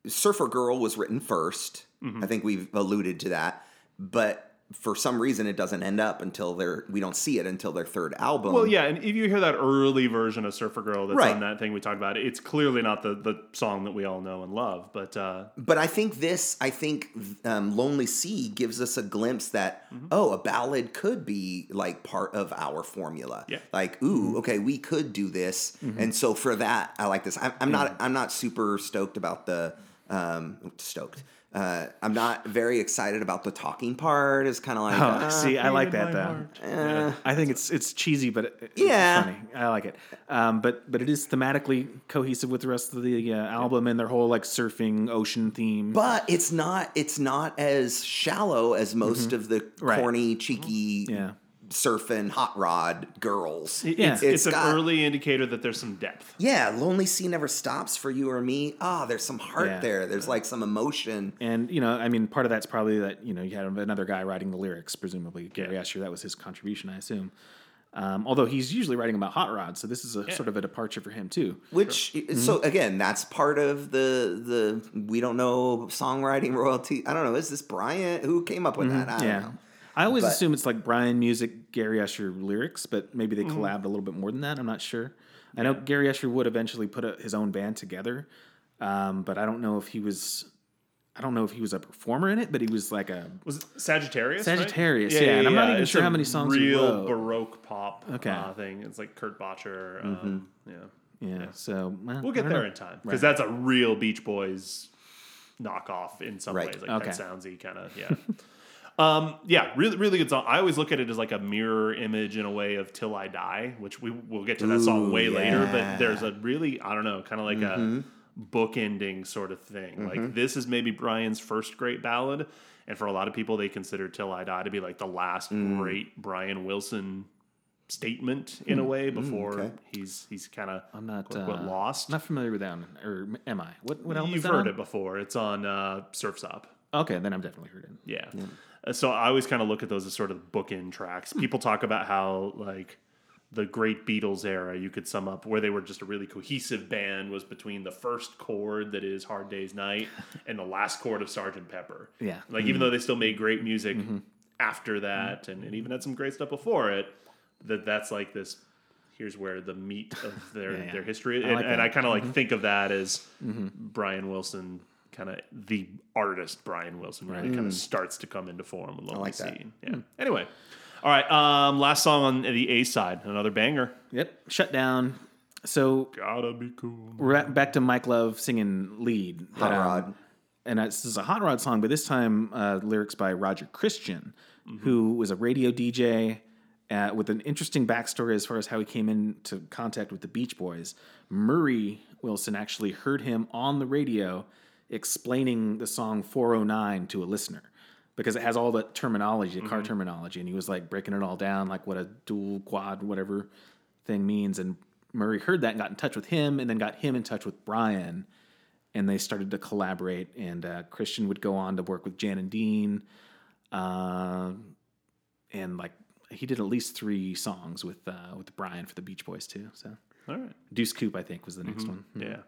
S2: Surfer Girl was written 1st I think we've alluded to that. But for some reason it doesn't end up until their we don't see it until their third album.
S1: Well, yeah, and if you hear that early version of Surfer Girl that's
S2: Right.
S1: on that thing we talked about, it's clearly not the, the song that we all know and love, but uh,
S2: but I think this, I think um, Lonely Sea gives us a glimpse that
S3: Mm-hmm.
S2: oh, a ballad could be like part of our formula.
S1: Yeah.
S2: Like ooh,
S3: Mm-hmm.
S2: okay, we could do this, and so for that, I like this. I'm, I'm not,
S3: Mm-hmm.
S2: I'm not super stoked about the um, stoked. Uh, I'm not very excited about the talking part. It's kind of like
S3: Oh,
S2: uh,
S3: see, I like that
S1: my
S3: though.
S1: heart. Yeah.
S3: I think it's it's cheesy, but it, it's
S2: Yeah.
S3: funny. I like it. Um, but but it is thematically cohesive with the rest of the uh, album and their whole like surfing ocean theme.
S2: but it's not it's not as shallow as most of the
S3: Mm-hmm. Right.
S2: corny, cheeky,
S3: Yeah.
S2: surfing hot rod girls.
S1: it's, it's,
S2: It's
S1: an
S2: got-
S1: early indicator that there's some depth.
S2: Yeah, Lonely Sea Never Stops for you or me. Ah, there's some heart
S3: Yeah.
S2: there. There's like some emotion.
S3: And you know, I mean, part of that's probably that you know you had another guy writing the lyrics, presumably Gary Asher. That was his contribution, I assume. Um, although he's usually writing about hot rods, so this is a sort of a departure for Mm-hmm. him too.
S2: Which so again, that's part of the the we don't know songwriting royalty. I don't know. Is this Bryant who came up with that? I don't
S3: Mm-hmm. yeah,
S2: know.
S3: I always
S2: But-
S3: assume it's like Brian music, Gary Asher lyrics, but maybe
S1: Mm-hmm.
S3: they collabed a little bit more than that. I'm not sure. I know Gary Asher would eventually put a, his own band together, um, but I don't know if he was. I don't know if he was a performer in it, but he was like a
S1: Was it Sagittarius? right?
S3: Sagittarius, yeah, and I'm not even
S1: It's
S3: sure
S1: a
S3: how many songs he
S1: Real
S3: wrote.
S1: baroque pop
S3: Okay. Mm-hmm.
S1: uh, thing. It's like Kurt Botcher. Um, yeah.
S3: yeah. So well,
S1: We'll
S3: I
S1: get
S3: don't
S1: there
S3: know.
S1: in time because that's a real Beach Boys knockoff in some
S2: Right.
S1: ways, like
S3: Okay.
S1: that soundsy kind of yeah. um, yeah, really, really good song. I always look at it as like a mirror image in a way of "Till I Die," which we will get to that song
S2: Ooh,
S1: way later.
S2: yeah.
S1: But there's a really I don't know, kind of like a
S3: Mm-hmm.
S1: book ending sort of thing. Like this is maybe Brian's first great ballad, and for a lot of people, they consider "Till I Die" to be like the last
S3: Mm.
S1: great Brian Wilson statement in a way before
S2: okay.
S1: he's he's kind of
S3: Mm. I'm not
S1: quote, unquote,
S3: uh,
S1: lost.
S3: Not familiar with that one, or am I? What what album? is
S1: You've
S3: that
S1: heard
S3: on?
S1: it before. It's on uh, Surf's Up.
S3: Okay, then I've definitely heard it.
S1: Yeah. Uh, So I always kind of look at those as sort of bookend tracks.
S3: Hmm.
S1: People talk about how like the great Beatles era, you could sum up where they were just a really cohesive band was between the first chord that is Hard Day's Night and the last chord of Sgt. Pepper.
S3: Yeah. Hmm. Mm-hmm.
S1: Like even though they still made great music after that and, and even had some great stuff before it, that that's like this here's where the meat of their
S3: Yeah, yeah.
S1: their history
S3: I
S1: and,
S3: like
S1: and
S3: that. Mm-hmm.
S1: I kind of like think of that as Brian Wilson kind of the artist Brian Wilson really
S3: Mm.
S1: kind of starts to come into form with Lonely
S2: like that.
S1: Sea.
S3: Hmm.
S1: Yeah. Anyway, all right. Um, last song on the A side, another banger.
S3: Yep, shut down. So
S1: Gotta be cool.
S3: we're at, back to Mike Love singing lead.
S2: Hot
S3: but, um,
S2: rod.
S3: and it's, this is a hot rod song, but this time uh, lyrics by Roger Christian, who was a radio DJ uh, with an interesting backstory as far as how he came into contact with the Beach Boys. Murray Wilson actually heard him on the radio explaining the song 409 to a listener. because it has all the terminology, the car terminology, and he was like breaking it all down, like what a dual quad whatever thing means. And Murray heard that and got in touch with him, and then got him in touch with Brian, and they started to collaborate. And uh, Christian would go on to work with Jan and Dean, uh, and like he did at least three songs with uh, with Brian for the Beach Boys too. So
S1: All right.
S3: Deuce Coupe, I think, was the next one.
S1: Yeah.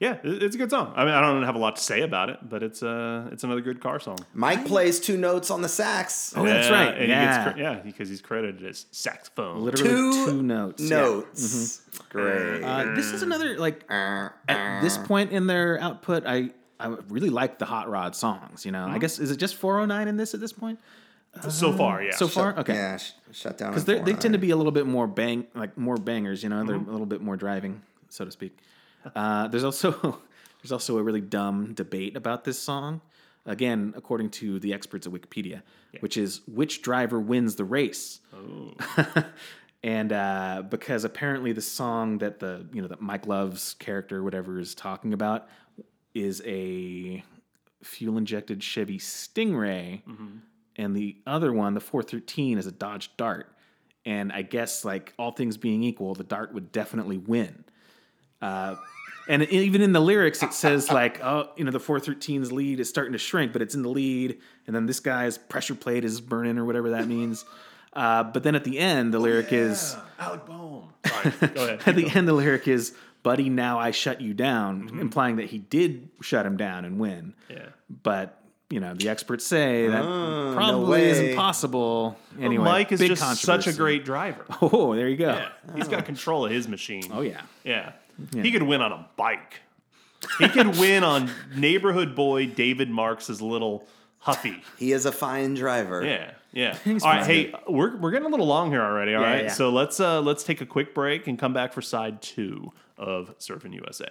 S1: Yeah, it- it's a good song. I mean, I don't have a lot to say about it, but it's uh, it's another good car song.
S2: Mike plays two notes on the sax.
S3: Oh, that's right.
S1: And
S3: yeah.
S1: He gets, cre- yeah, because he's credited as saxophone.
S3: Literally two,
S2: Two
S3: notes. yeah.
S2: Notes. Great.
S3: Uh, this is another like
S2: Uh,
S3: at this point in their output, I I really like the Hot Rod songs. You know, I guess is it just 409 in this at this point?
S1: so far, yeah.
S3: So far, okay,
S2: Yeah, sh- shut down.
S3: because they tend to be a little bit more bang like more bangers. You know, they're a little bit more driving, so to speak. Uh, there's also there's also a really dumb debate about this song. Again, according to the experts at Wikipedia, which is which driver wins the race. and uh, because apparently the song that the you know that Mike Love's character whatever is talking about is a fuel injected Chevy Stingray, and the other one, the 413, is a Dodge Dart. And I guess like all things being equal, the Dart would definitely win. Uh, and even in the lyrics, it says like, oh, you know, the 413's lead is starting to shrink, but it's in the lead. And then this guy's pressure plate is burning or whatever that means. Uh, but then at the end, the lyric is
S1: Alec Bohm. Sorry, go ahead.
S3: at the end, the lyric is, "Buddy, now I shut you down," implying that he did shut him down and win.
S1: Yeah.
S3: But you know, the experts say that
S2: no
S3: probably isn't
S2: way.
S3: possible. Anyway,
S1: Mike is
S3: big
S1: just such a
S3: controversy.
S1: great driver.
S3: Oh, there you go.
S1: Yeah, he's got control of his machine.
S3: Oh yeah,
S1: Yeah. He could win on a bike. He could win on neighborhood boy David Marks' little Huffy.
S2: He is a fine driver.
S1: Yeah. Yeah. All right, hey, we're, we're getting a little long here already, All right,
S3: Yeah, yeah.
S1: So let's uh let's take a quick break and come back for side 2 of Surfing USA.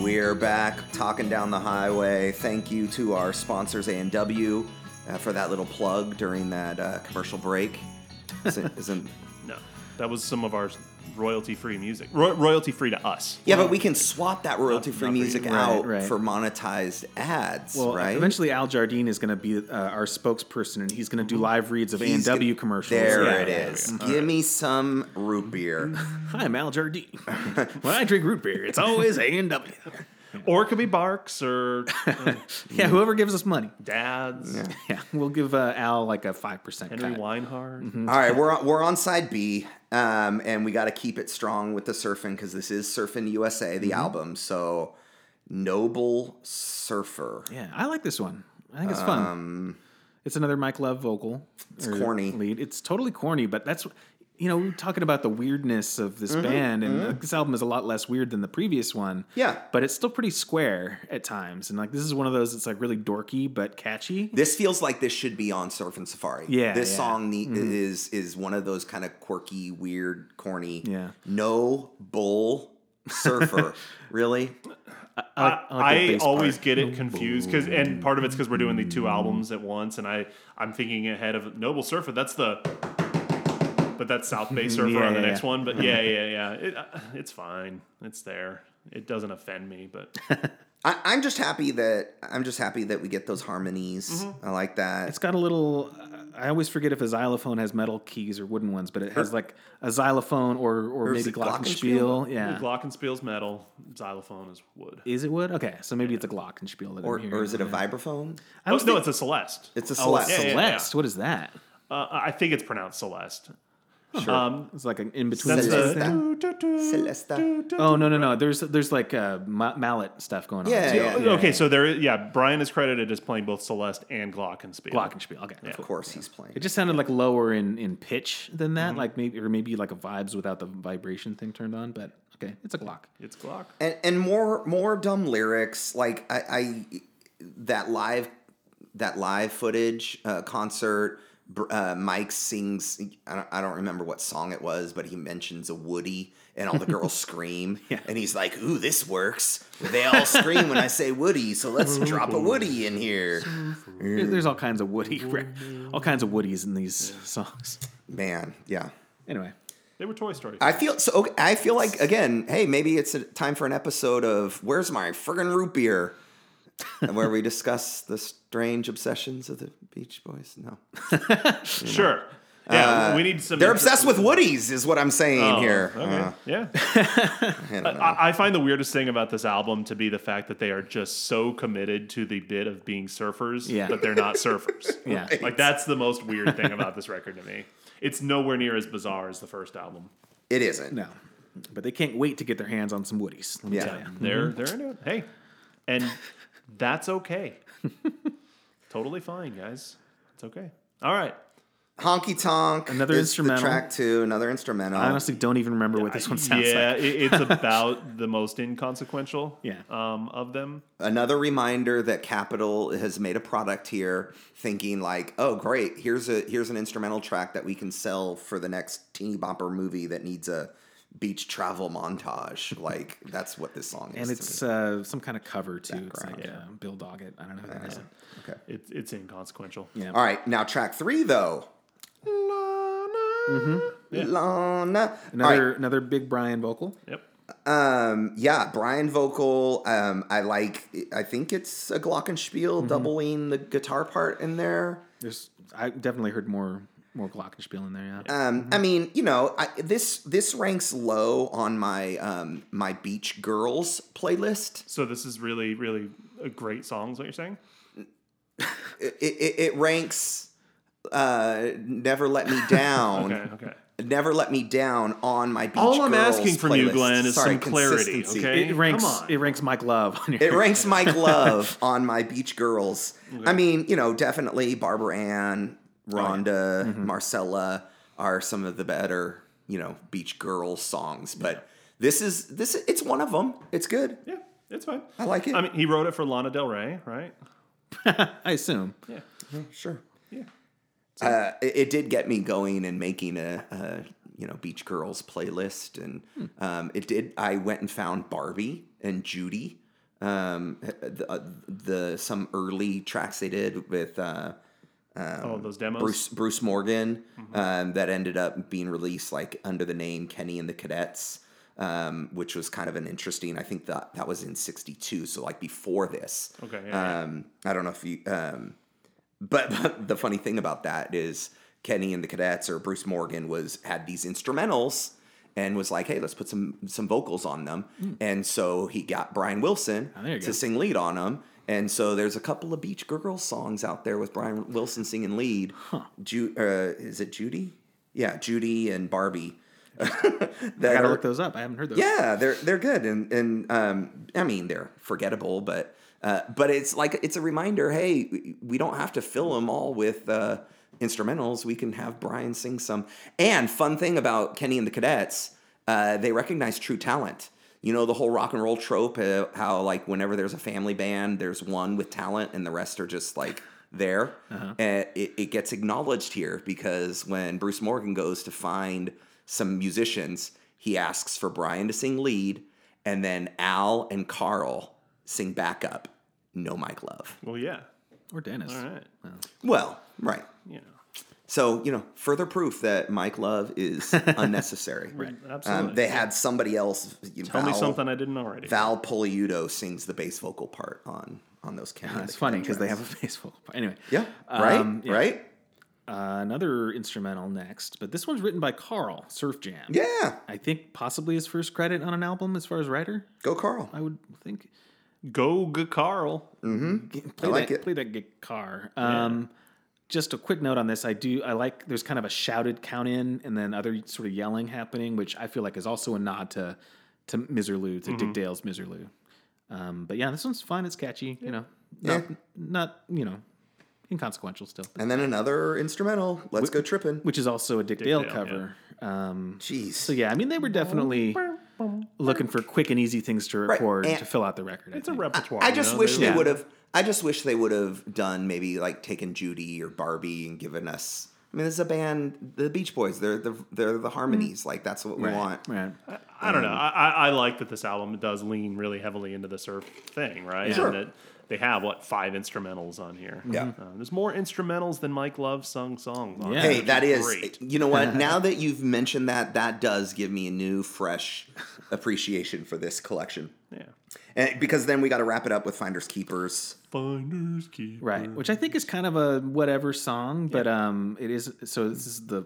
S2: We're back talking down the highway. Thank you to our sponsors, A&W, uh, for that little plug during that uh, commercial break. Isn't, isn't,
S1: No. That was some of our royalty-free music. Ro- royalty-free to us.
S2: yeah, but we can swap that royalty-free
S1: Not- not for
S2: music
S1: you.
S3: Right,
S2: out
S3: right.
S2: for monetized ads,
S3: well,
S2: right?
S3: eventually Al Jardine is going to be uh, our spokesperson, and he's going to do live reads of A and W
S2: gonna-
S3: commercials.
S2: There
S3: Yeah,
S2: it
S3: yeah,
S2: is.
S3: yeah.
S2: Give me some root beer.
S3: Hi, I'm Al Jardine. when I drink root beer, it's always A and W.
S1: Or it could be Barks or
S3: Yeah, whoever gives us money.
S1: Dads,
S3: Yeah, we'll give uh, Al like a five percent
S1: Henry
S3: cut.
S1: Weinhardt.
S3: Mm-hmm.
S2: All right, we're on, we're on side B, um, and we got to keep it strong with the surfing because this is Surfing USA,
S3: Mm-hmm.
S2: the album. So, Noble Surfer.
S3: Yeah, I like this one. I think it's fun. It's another Mike Love vocal. It's
S2: Um, corny.
S3: Lead. It's totally corny, but that's you know we're talking about the weirdness of
S2: Mm-hmm,
S3: this band, and this album is a lot less weird than the previous one.
S2: Yeah.
S3: but it's still pretty square at times, and like this is one of those that's like really dorky but catchy.
S2: This feels like this should be on Surf and Safari.
S3: Yeah,
S2: this
S3: yeah. Mm-hmm.
S2: song ne- is is one of those kind of quirky, weird, corny.
S3: Yeah.
S2: no bull surfer. really?
S1: I,
S3: I like the
S1: I
S3: bass
S1: always
S3: part.
S1: get it confused because, and part of it's because we're doing the two albums at once, and I I'm thinking ahead of Noble Surfer. That's the, but that's South Bay Surfer
S3: Yeah,
S1: on the
S3: Mm-hmm. yeah,
S1: next
S3: yeah.
S1: one. But yeah, yeah, yeah. It, uh, it's fine. It's there. It doesn't offend me. But
S2: I, I'm just happy that I'm just happy that we get those harmonies. I like that.
S3: Mm-hmm. It's got a little. uh, I always forget if a xylophone has metal keys or wooden ones, but it has like a xylophone or or,
S2: is
S3: maybe
S2: it glockenspiel?
S3: glockenspiel. Yeah.
S1: Glockenspiel's metal, xylophone is wood.
S3: is it wood? Okay, so maybe it's a glockenspiel that
S2: or,
S3: I'm hearing.
S2: or is it a vibraphone?
S3: I
S1: Oh,
S3: was
S1: no, it's a Celeste.
S2: It's a
S3: Oh,
S2: Celeste.
S3: Celeste.
S1: yeah, yeah.
S3: What is that?
S1: Uh, I think it's pronounced Celeste.
S2: Sure.
S1: Um,
S3: It's like an in between.
S1: that's
S2: Celeste.
S3: thing.
S2: Celeste.
S3: Oh no no no! There's there's like uh, ma- mallet stuff going on.
S2: Yeah,
S3: too.
S2: yeah.
S1: Uh, Okay, so there. is- Yeah, Brian is credited as playing both Celeste and Glockenspiel.
S3: Glockenspiel. Okay,
S2: Of
S3: cool.
S2: course, he's playing.
S3: It just sounded like lower in, in pitch than that,
S2: Mm-hmm.
S3: like maybe or maybe like a vibes without the vibration thing turned on. But okay, it's a Glock.
S1: It's Glock.
S2: and, and more more dumb lyrics like I, I that live that live footage uh, concert. Br- Uh, Mike sings. I don't, I don't remember what song it was, but he mentions a Woody, and all the girls scream. And he's like, "Ooh, this works." They all scream when I say Woody, so let's drop a Woody in here.
S3: There- There's all kinds of Woody, re- all kinds of Woodies in these songs.
S2: Man, yeah.
S3: Anyway,
S1: They were Toy Story.
S2: I feel so. Okay, I feel like again. Hey, maybe it's a time for an episode of "Where's My Friggin' Root Beer," where we discuss the strange obsessions of the Beach Boys. No,
S1: sure. Yeah,
S3: Uh,
S1: we need some.
S2: they're obsessed with Woodies, is what I'm saying
S1: Oh,
S2: here.
S1: Okay.
S3: Uh-huh.
S1: uh,
S2: Uh,
S1: yeah.
S2: I don't know.
S1: I, I find the weirdest thing about this album to be the fact that they are just so committed to the bit of being surfers
S3: Yeah.
S1: that they're not surfers.
S3: Yeah.
S1: Like that's the most weird thing about this record to me. It's nowhere near as bizarre as the first album.
S2: it isn't.
S3: no, but they can't wait to get their hands on some Woodies. Let me
S2: Yeah.
S3: tell you.
S1: They're they're into it. Hey. And that's okay. totally fine, guys. It's okay. All right.
S2: Honky Tonk.
S3: Another
S2: is the
S3: instrumental.
S2: track two. Another instrumental.
S3: I honestly don't even remember what this one sounds
S1: yeah,
S3: like.
S1: it, it's about the most inconsequential
S3: Yeah.
S1: um, of them.
S2: another reminder that Capitol has made a product here, thinking like, oh great, here's a here's an instrumental track that we can sell for the next teeny bopper movie that needs a beach travel montage. like that's what this song is.
S3: And
S2: to
S3: it's uh, some kind of cover too.
S2: Background,
S3: it's like uh, Bill Doggett. I don't know who that is.
S2: me. okay.
S1: It, it's inconsequential.
S3: Yeah.
S2: All right, now track three though. Lana, Lana. All
S3: Mm-hmm. Another
S2: right,
S3: another big Brian vocal.
S1: Yep.
S2: um, yeah, Brian vocal. Um, I like. I think it's a glockenspiel
S3: Mm-hmm.
S2: doubling the guitar part in there.
S3: There's I definitely heard more more Glockenspiel in there. Yeah.
S2: Um,
S1: Mm-hmm.
S2: I mean, you know, I, this this ranks low on my um, my beach girls playlist.
S1: So this is really, really a great song. Is what you're saying?
S2: It, it, it ranks uh, "Never Let Me Down."
S1: Okay. Okay.
S2: "Never Let Me Down" on my beach.
S1: All I'm
S2: Girls
S1: asking from you,
S2: playlist.
S1: Glenn, is
S2: Sorry,
S1: some clarity.
S2: consistency.
S1: Okay.
S3: it ranks
S1: Come on.
S3: it ranks Mike Love on your
S2: It ranks Mike Love on my beach girls. I mean, you know, definitely Barbara Ann,
S1: Oh,
S2: Rhonda,
S1: Mm-hmm.
S2: Marcella are some of the better, you know, beach girl songs. But this is this it's one of them. It's good.
S1: yeah, it's fine.
S2: I like it.
S1: I mean, he wrote it for Lana Del Rey, right?
S3: I assume.
S1: Yeah.
S2: Sure.
S1: Yeah.
S2: Uh, it, it did get me going and making a, a you know beach girls playlist, and
S1: Hmm.
S2: um, it did. I went and found Barbie and Judy, um, the, uh, the some early tracks they did with uh,
S1: oh, those demos.
S2: Bruce Bruce Morgan
S1: Mm-hmm.
S2: um, that ended up being released like under the name Kenny and the Cadets, um, which was kind of an interesting. I think that that was in '62, so like before this.
S1: Okay, yeah, yeah.
S2: um, I don't know if you. Um, but, but the funny thing about that is Kenny and the Cadets or Bruce Morgan was had these instrumentals and was like, "Hey, let's put some some vocals on them." And so he got Brian Wilson
S3: Hmm. Oh, there you
S2: to
S3: go.
S2: sing lead on them. And so there's a couple of Beach Girls songs out there with Brian Wilson singing lead. Ju- uh, is it Judy? Yeah, Judy and Barbie.
S3: I
S2: that
S3: gotta
S2: are-
S3: look those up. I haven't heard those.
S2: yeah, they're they're good, and and um, I mean they're forgettable, but uh, but it's like it's a reminder. Hey, we- we don't have to fill them all with uh, instrumentals. We can have Brian sing some. And fun thing about Kenny and the Cadets, uh, they recognize true talent. You know the whole rock and roll trope, uh, how like whenever there's a family band, there's one with talent, and the rest are just like there.
S1: Uh-huh.
S2: And it, it gets acknowledged here because when Bruce Morgan goes to find some musicians, he asks for Brian to sing lead, and then Al and Carl sing backup. No Mike Love.
S1: Well, yeah.
S3: Or Dennis.
S1: All right.
S2: Well, right.
S1: You know.
S2: So you know, further proof that Mike Love is unnecessary. right.
S1: Absolutely.
S2: they had somebody else.
S1: Tell me something I didn't already.
S2: Val Poliuto sings the bass vocal part on on those cameras.
S3: Ah, That's funny because they have a baseball. Anyway.
S2: Yeah. Right.
S3: Um, yeah.
S2: Right.
S3: Uh, another instrumental next, but this one's written by Carl Surf Jam.
S2: Yeah.
S3: I think possibly his first credit on an album as far as writer.
S2: Go Carl.
S3: I would think.
S1: Go, G- Carl.
S3: play
S2: like
S3: that,
S2: it.
S3: Play that guitar. Um, Just a quick note on this. I do. I like. There's kind of a shouted count in, and then other sort of yelling happening, which I feel like is also a nod to to Miserlou, to
S2: Mm-hmm.
S3: Dick Dale's Miserlou. Um, but yeah, this one's fun. It's catchy. You know, not
S2: Yeah.
S3: not you know inconsequential still,
S2: And then another instrumental. Let's go tripping.
S3: which is also a Dick, Dale,
S1: Dale,
S3: cover. Um,
S2: Jeez.
S3: so yeah, I mean they were definitely looking for quick and easy things to record
S2: and-
S3: to fill out the record. I
S1: It's a
S3: think.
S1: repertoire.
S2: I
S1: you
S2: just
S1: know?
S2: wish they
S3: Yeah.
S2: would have. I just wish they would have done maybe like taken Judy or Barbie and given us. I mean, this is a band, the Beach Boys. They're the they're the harmonies. Like that's what we
S3: Mm-hmm. Right,
S2: want.
S3: Right.
S1: I don't know. I, I I like that this album does lean really heavily into the surf thing, right?
S2: Sure.
S1: And that they have what five instrumentals on here.
S2: Yeah.
S1: Uh, there's more instrumentals than Mike Love sung songs. On
S3: Yeah.
S1: here,
S2: Hey,
S1: which
S2: that is.
S1: great.
S2: You know what? now that you've mentioned that, that does give me a new, fresh appreciation for this collection.
S1: yeah.
S2: And because then we got to wrap it up with Finders Keepers.
S1: Finders keepers.
S3: Right. Which I think is kind of a whatever song, but um, it is. So this is the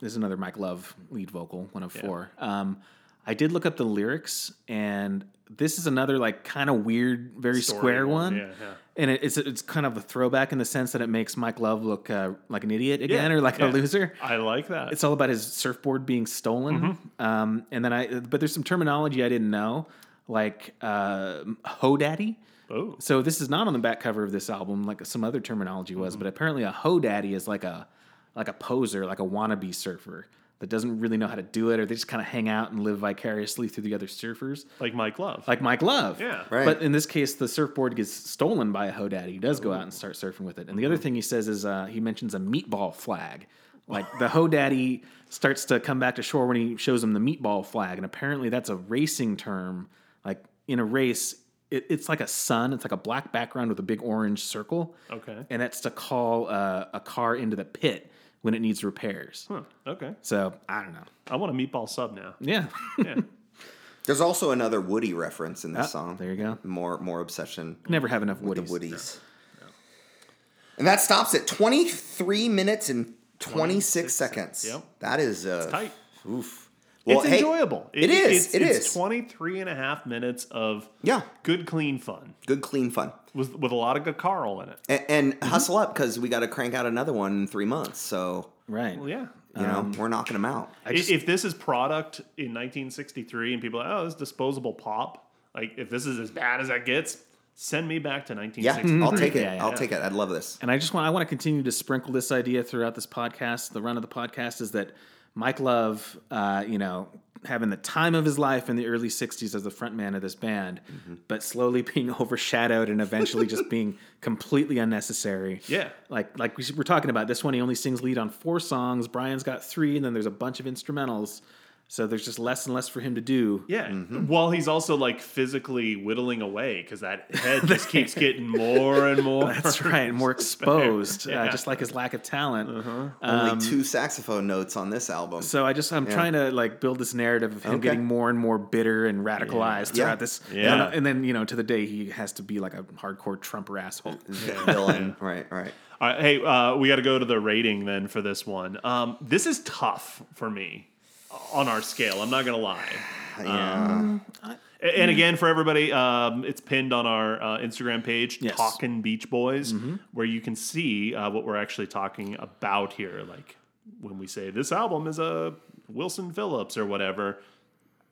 S3: this is another Mike Love lead vocal, one of four. Um, I did look up the lyrics, and this is another like kind of weird, very
S1: Story
S3: square one.
S1: Yeah, yeah.
S3: And it, it's it's kind of a throwback in the sense that it makes Mike Love look uh, like an idiot again or like
S1: yeah.
S3: a loser.
S1: I like that.
S3: It's all about his surfboard being stolen.
S1: Mm-hmm.
S3: Um, and then I, but there's some terminology I didn't know, like uh, ho daddy.
S1: oh,
S3: So this is not on the back cover of this album, like some other terminology was. But apparently, a ho daddy is like a like a poser, like a wannabe surfer that doesn't really know how to do it, or they just kind of hang out and live vicariously through the other surfers,
S1: like Mike Love.
S3: like Mike Love.
S1: yeah.
S2: Right.
S3: But in this case, the surfboard gets stolen by a ho daddy. He does go out and start surfing with it. And the other thing he says is uh, he mentions a meatball flag. Like the ho daddy starts to come back to shore when he shows him the meatball flag, and apparently that's a racing term. Like in a race, it, it's like a sun. It's like a black background with a big orange circle.
S1: Okay.
S3: And that's to call uh, a car into the pit when it needs repairs.
S1: Huh. Okay.
S3: So I don't know.
S1: I want a meatball sub now.
S3: Yeah,
S1: Yeah.
S2: There's also another Woody reference in this song.
S3: there you go.
S2: More more obsession.
S3: Never have enough Woodies.
S2: the Woodies. And that stops at 23 minutes and 26,
S1: 26
S2: seconds.
S1: Yep.
S2: That is uh,
S1: tight.
S2: Oof. Well,
S1: it's
S2: hey,
S1: enjoyable.
S2: it is.
S1: It's,
S2: it
S1: it's
S2: is.
S1: 23 and a half minutes of
S2: yeah.
S1: good, clean fun
S2: Good, clean fun.
S1: with, with a lot of good Carl in it.
S2: And, and
S3: Mm-hmm.
S2: hustle up because we got to crank out another one in three months. So,
S3: Right.
S1: Well, yeah.
S2: you know,
S3: Um,
S2: we're knocking them out.
S1: I- if this is product in 1963 and people are like, oh, this is disposable pop, like if this is as bad as that gets, send me back to
S2: Yeah,
S1: 1963.
S2: I'll take it.
S3: Yeah, yeah,
S2: I'll
S3: yeah.
S2: take it. I'd love this.
S3: And I just want I want to continue to sprinkle this idea throughout this podcast. The run of the podcast is that Mike Love, uh, you know, having the time of his life in the early '60s as the frontman of this band,
S1: Mm-hmm.
S3: but slowly being overshadowed and eventually just being completely unnecessary.
S1: Yeah.
S3: like like we were talking about this one, he only sings lead on four songs. Brian's got three, and then there's a bunch of instrumentals. So there's just less and less for him to do.
S1: Yeah. While he's also like physically whittling away because that head just keeps getting more and more.
S3: That's right, more exposed, uh, just like his lack of talent.
S1: Uh-huh.
S2: Only two saxophone notes on this album.
S3: Um, So I just I'm trying to like build this narrative of him
S2: Okay.
S3: getting more and more bitter and radicalized
S2: Yeah.
S3: throughout this.
S1: Yeah.
S3: And, and then you know to the day he has to be like a hardcore Trumper asshole.
S2: Mm-hmm. Villain. Right, right.
S1: All right, hey, uh, we got to go to the rating then for this one. Um, this is tough for me on our scale. I'm not gonna lie. Um, a- and again, for everybody, um, it's pinned on our uh, Instagram page,
S3: Yes.
S1: Talking Beach Boys, where you can see uh, what we're actually talking about here. Like when we say this album is a Wilson Phillips or whatever,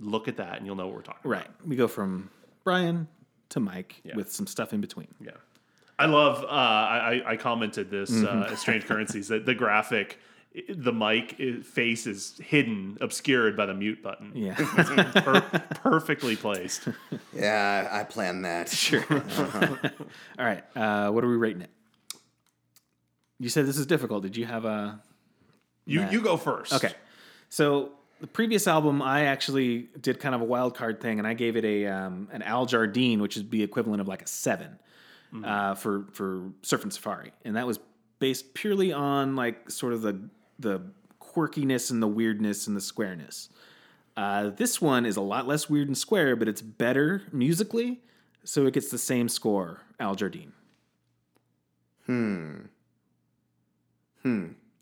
S1: look at that and you'll know what we're talking.
S3: right. We go from Brian to Mike with some stuff in between.
S1: Yeah. I love, uh, I, I I commented this uh,
S3: Mm-hmm.
S1: at Strange Currencies that the graphic, i- the mic i- face is hidden, obscured by the mute button.
S3: Yeah.
S1: Per- perfectly placed.
S2: Yeah, I I planned that.
S3: sure. All right. Uh, what are we rating it? You said this is difficult. Did you have a
S1: You, you go first.
S3: Okay. So the previous album, I actually did kind of a wild card thing, and I gave it a um, an Al Jardine, which would be equivalent of like a 7 uh, for for Surf and Safari, and that was based purely on like sort of the the quirkiness and the weirdness and the squareness. Uh, this one is a lot less weird and square, but it's better musically, so it gets the same score, Al Jardine.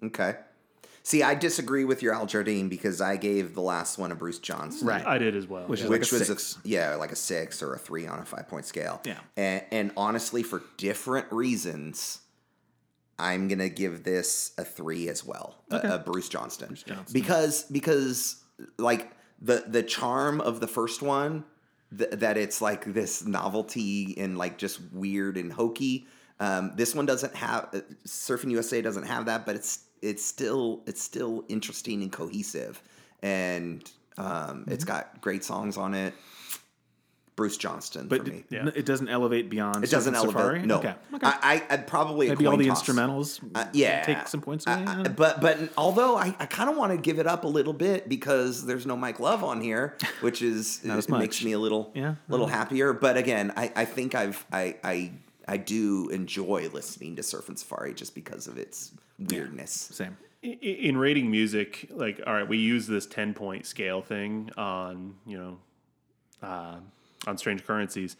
S2: Okay. See, I disagree with your Al Jardine because I gave the last one a Bruce Johnson.
S1: I did as well.
S3: Which
S1: yeah.
S3: is like
S2: which
S3: a
S2: was
S3: six.
S2: a yeah, like a six or a three on a five point scale.
S3: Yeah.
S2: and, and honestly, for different reasons, I'm gonna give this a three as well, a- a, Bruce Johnston, because because like the the charm of the first one th- that it's like this novelty and like just weird and hokey. Um, this one doesn't have uh, Surfing USA doesn't have that, but it's it's still it's still interesting and cohesive and. Um, It's
S3: Mm-hmm.
S2: got great songs on it. Bruce Johnston
S3: But
S2: for
S3: d-
S2: me.
S1: Yeah.
S3: n- it doesn't elevate beyond.
S2: It doesn't
S3: Surf and
S2: elevate.
S3: Safari?
S2: No,
S3: Okay. okay.
S2: I, I I'd probably a
S3: Maybe all
S2: coin
S3: the
S2: toss.
S3: instrumentals. mm,
S2: Uh, yeah,
S3: Take some points away.
S2: I- I-
S3: yeah.
S2: but but although I, I kind of want to give it up a little bit because there's no Mike Love on here, which is it,
S3: as
S2: it makes
S3: much.
S2: me a little
S3: Yeah.
S2: little happier. But again, I, I think I've I, I I do enjoy listening to Surf and Safari just because of its weirdness.
S3: Same.
S1: I- i- in rating music like all right we use this 10 point scale thing on you know uh, on strange currencies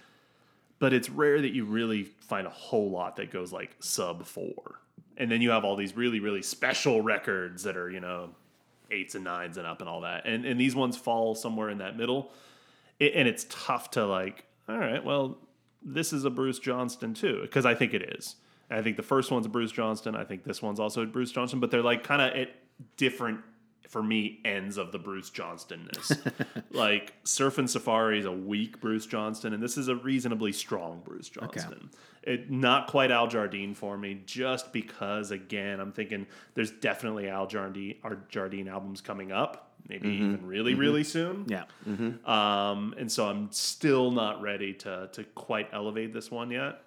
S1: but it's rare that you really find a whole lot that goes like sub four and then you have all these really really special records that are you know eights and nines and up and all that and and these ones fall somewhere in that middle it, and it's tough to like all right well this is a bruce johnston too because i think it is And i think the first one's a bruce johnston i think this one's also a bruce johnston but they're like kind of at different for me ends of the bruce johnston-ness like surf and safari is a weak bruce johnston and this is a reasonably strong bruce johnston it, not quite al jardine for me just because again i'm thinking there's definitely al jardine, al jardine albums coming up maybe
S2: Mm-hmm.
S1: even really really soon
S3: Yeah.
S1: um, and so I'm still not ready to to quite elevate this one yet.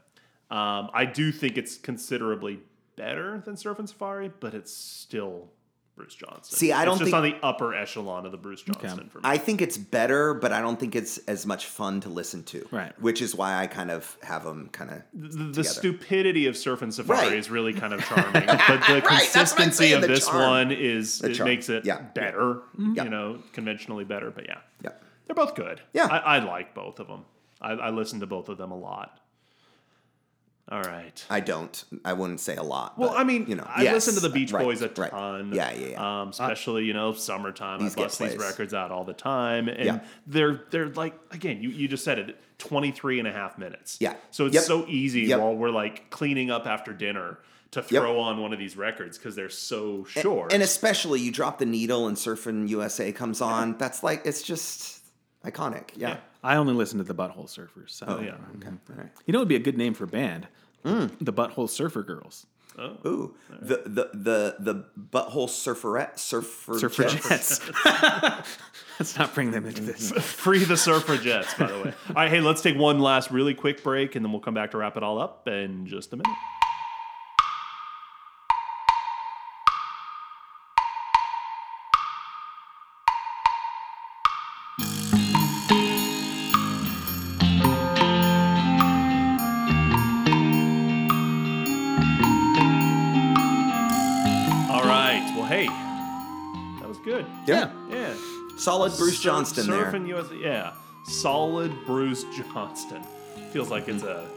S1: Um, I do think it's considerably better than Surf and Safari, but it's still Bruce Johnson.
S2: See, I don't
S1: it's just
S2: think-
S1: on the upper echelon of the Bruce Johnson for me.
S2: I think it's better, but I don't think it's as much fun to listen to.
S3: Right.
S2: Which is why I kind of have them kind of
S1: the, the stupidity of Surf and Safari
S2: Right.
S1: is really kind of charming, but the
S2: Right, that's what I'm
S1: consistency
S2: saying,
S1: of
S2: the
S1: this
S2: charm.
S1: one is it
S2: charm,
S1: makes it
S2: yeah.
S1: better,
S2: Yeah.
S1: you know, conventionally better. But yeah,
S2: yeah.
S1: they're both good.
S2: Yeah.
S1: I, I like both of them. I, I listen to both of them a lot. All right.
S2: I don't. I wouldn't say a lot.
S1: Well,
S2: but,
S1: I mean,
S2: you know,
S1: I listen to the Beach Boys a
S2: right.
S1: ton.
S2: Yeah, yeah, yeah. Uh,
S1: Um, especially you know summertime. I
S2: these get
S1: bust these
S2: plays.
S1: records out all the time, and
S2: Yeah.
S1: they're they're like again, you, you just said it, 23 and a half minutes.
S2: Yeah.
S1: So it's
S2: Yep.
S1: so easy
S2: Yep.
S1: while we're like cleaning up after dinner to throw on one of these records because they're so short.
S2: And especially you drop the needle and Surfing USA comes on. That's like it's just iconic. Yeah.
S3: I only listen to the Butthole Surfers. So.
S2: Oh.
S1: yeah. Mm-hmm.
S2: Okay. All right.
S3: You know, it'd be a good name for a band.
S2: Mm.
S3: The Butthole Surfer Girls.
S2: Ooh, the the the the butthole surferette surfer
S3: Surfer
S2: jets.
S3: Jets. Let's not bring them into this.
S2: Mm-hmm.
S1: Free the Surfer Jets, by the way. All right, hey, let's take one last really quick break, and then we'll come back to wrap it all up in just a minute. All right. Well, hey, that was good.
S2: Yeah.
S1: Yeah.
S2: solid Bruce
S1: Sur-
S2: Johnston there.
S1: Surfing USA, yeah. Solid Bruce Johnston. Feels like it's a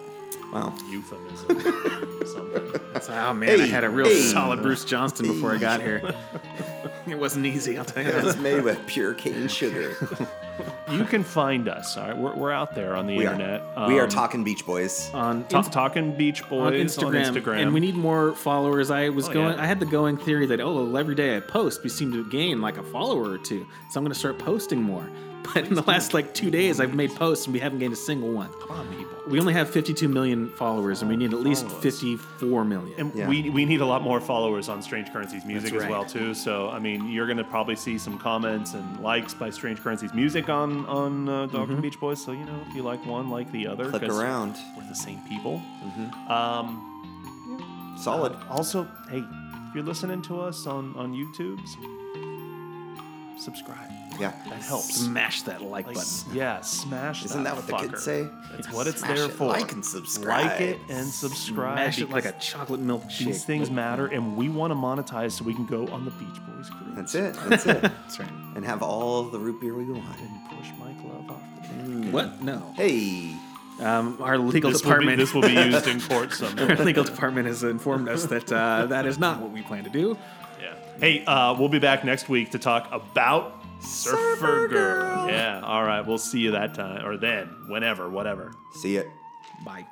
S2: Wow.
S1: euphemism or something.
S3: It's like, oh man, I
S2: Hey,
S3: had a real
S2: hey.
S3: solid Bruce Johnston before I got here. it wasn't easy, I'll tell you
S2: It
S3: that.
S2: was made with pure cane sugar.
S1: You can find us. All right, we're, we're out there on the
S2: We
S1: internet.
S2: are we are
S1: Um, uh,
S2: talking Beach Boys.
S3: On,
S1: Ta-
S3: Inst-
S1: talking Beach Boys
S3: on Instagram,
S1: on Instagram.
S3: and we need more followers. I was
S1: Oh,
S3: going,
S1: yeah.
S3: I had the going theory that oh, well, every day I post, we seem to gain like a follower or two, so I'm going to start posting more. But in the last like two days, I've made posts and we haven't gained a single one.
S1: Come on, people.
S3: We only have 52 million followers, and we need at least
S1: Follow us.
S3: 54 million.
S1: And
S2: Yeah.
S1: we, we need a lot more followers on Strange Currencies music as
S3: That's right.
S1: well too. So I mean, you're gonna probably see some comments and likes by Strange Currencies music on on uh, Dog
S3: Mm-hmm.
S1: and Beach Boys. So you know, if you like one, like the other.
S2: Click
S1: 'cause
S2: around.
S1: We're the same people. Um,
S2: Solid.
S1: Also, hey, if you're listening to us on on YouTube, s- subscribe.
S2: Yeah.
S1: That helps.
S3: Smash that like,
S1: Like,
S3: button.
S1: s- yeah, smash.
S2: Isn't that what the kids
S1: fucker.
S2: say?
S1: It's what it's
S2: Smash
S1: there
S2: it,
S1: for.
S2: like and subscribe.
S1: Like it and subscribe.
S3: Smash it like a
S1: because
S3: chocolate milk shake.
S1: These things matter, and we want to monetize so we can go on the Beach Boys cruise.
S2: That's it. That's it.
S3: That's right.
S2: and have all the root beer we want.
S1: And push Mike Love off the bed.
S2: Mm,
S3: What? No.
S2: Hey.
S3: Um, our legal
S1: This will, be,
S3: department.
S1: this will be used in court someday.
S3: our legal department has informed us that uh, that is not what we plan to do.
S1: Yeah. Hey, uh, we'll be back next week to talk about Surfer,
S2: Surfer
S1: Girl.
S2: Girl.
S1: Yeah. All right. We'll see you that time or then, whenever, whatever.
S2: See it.
S3: Bye.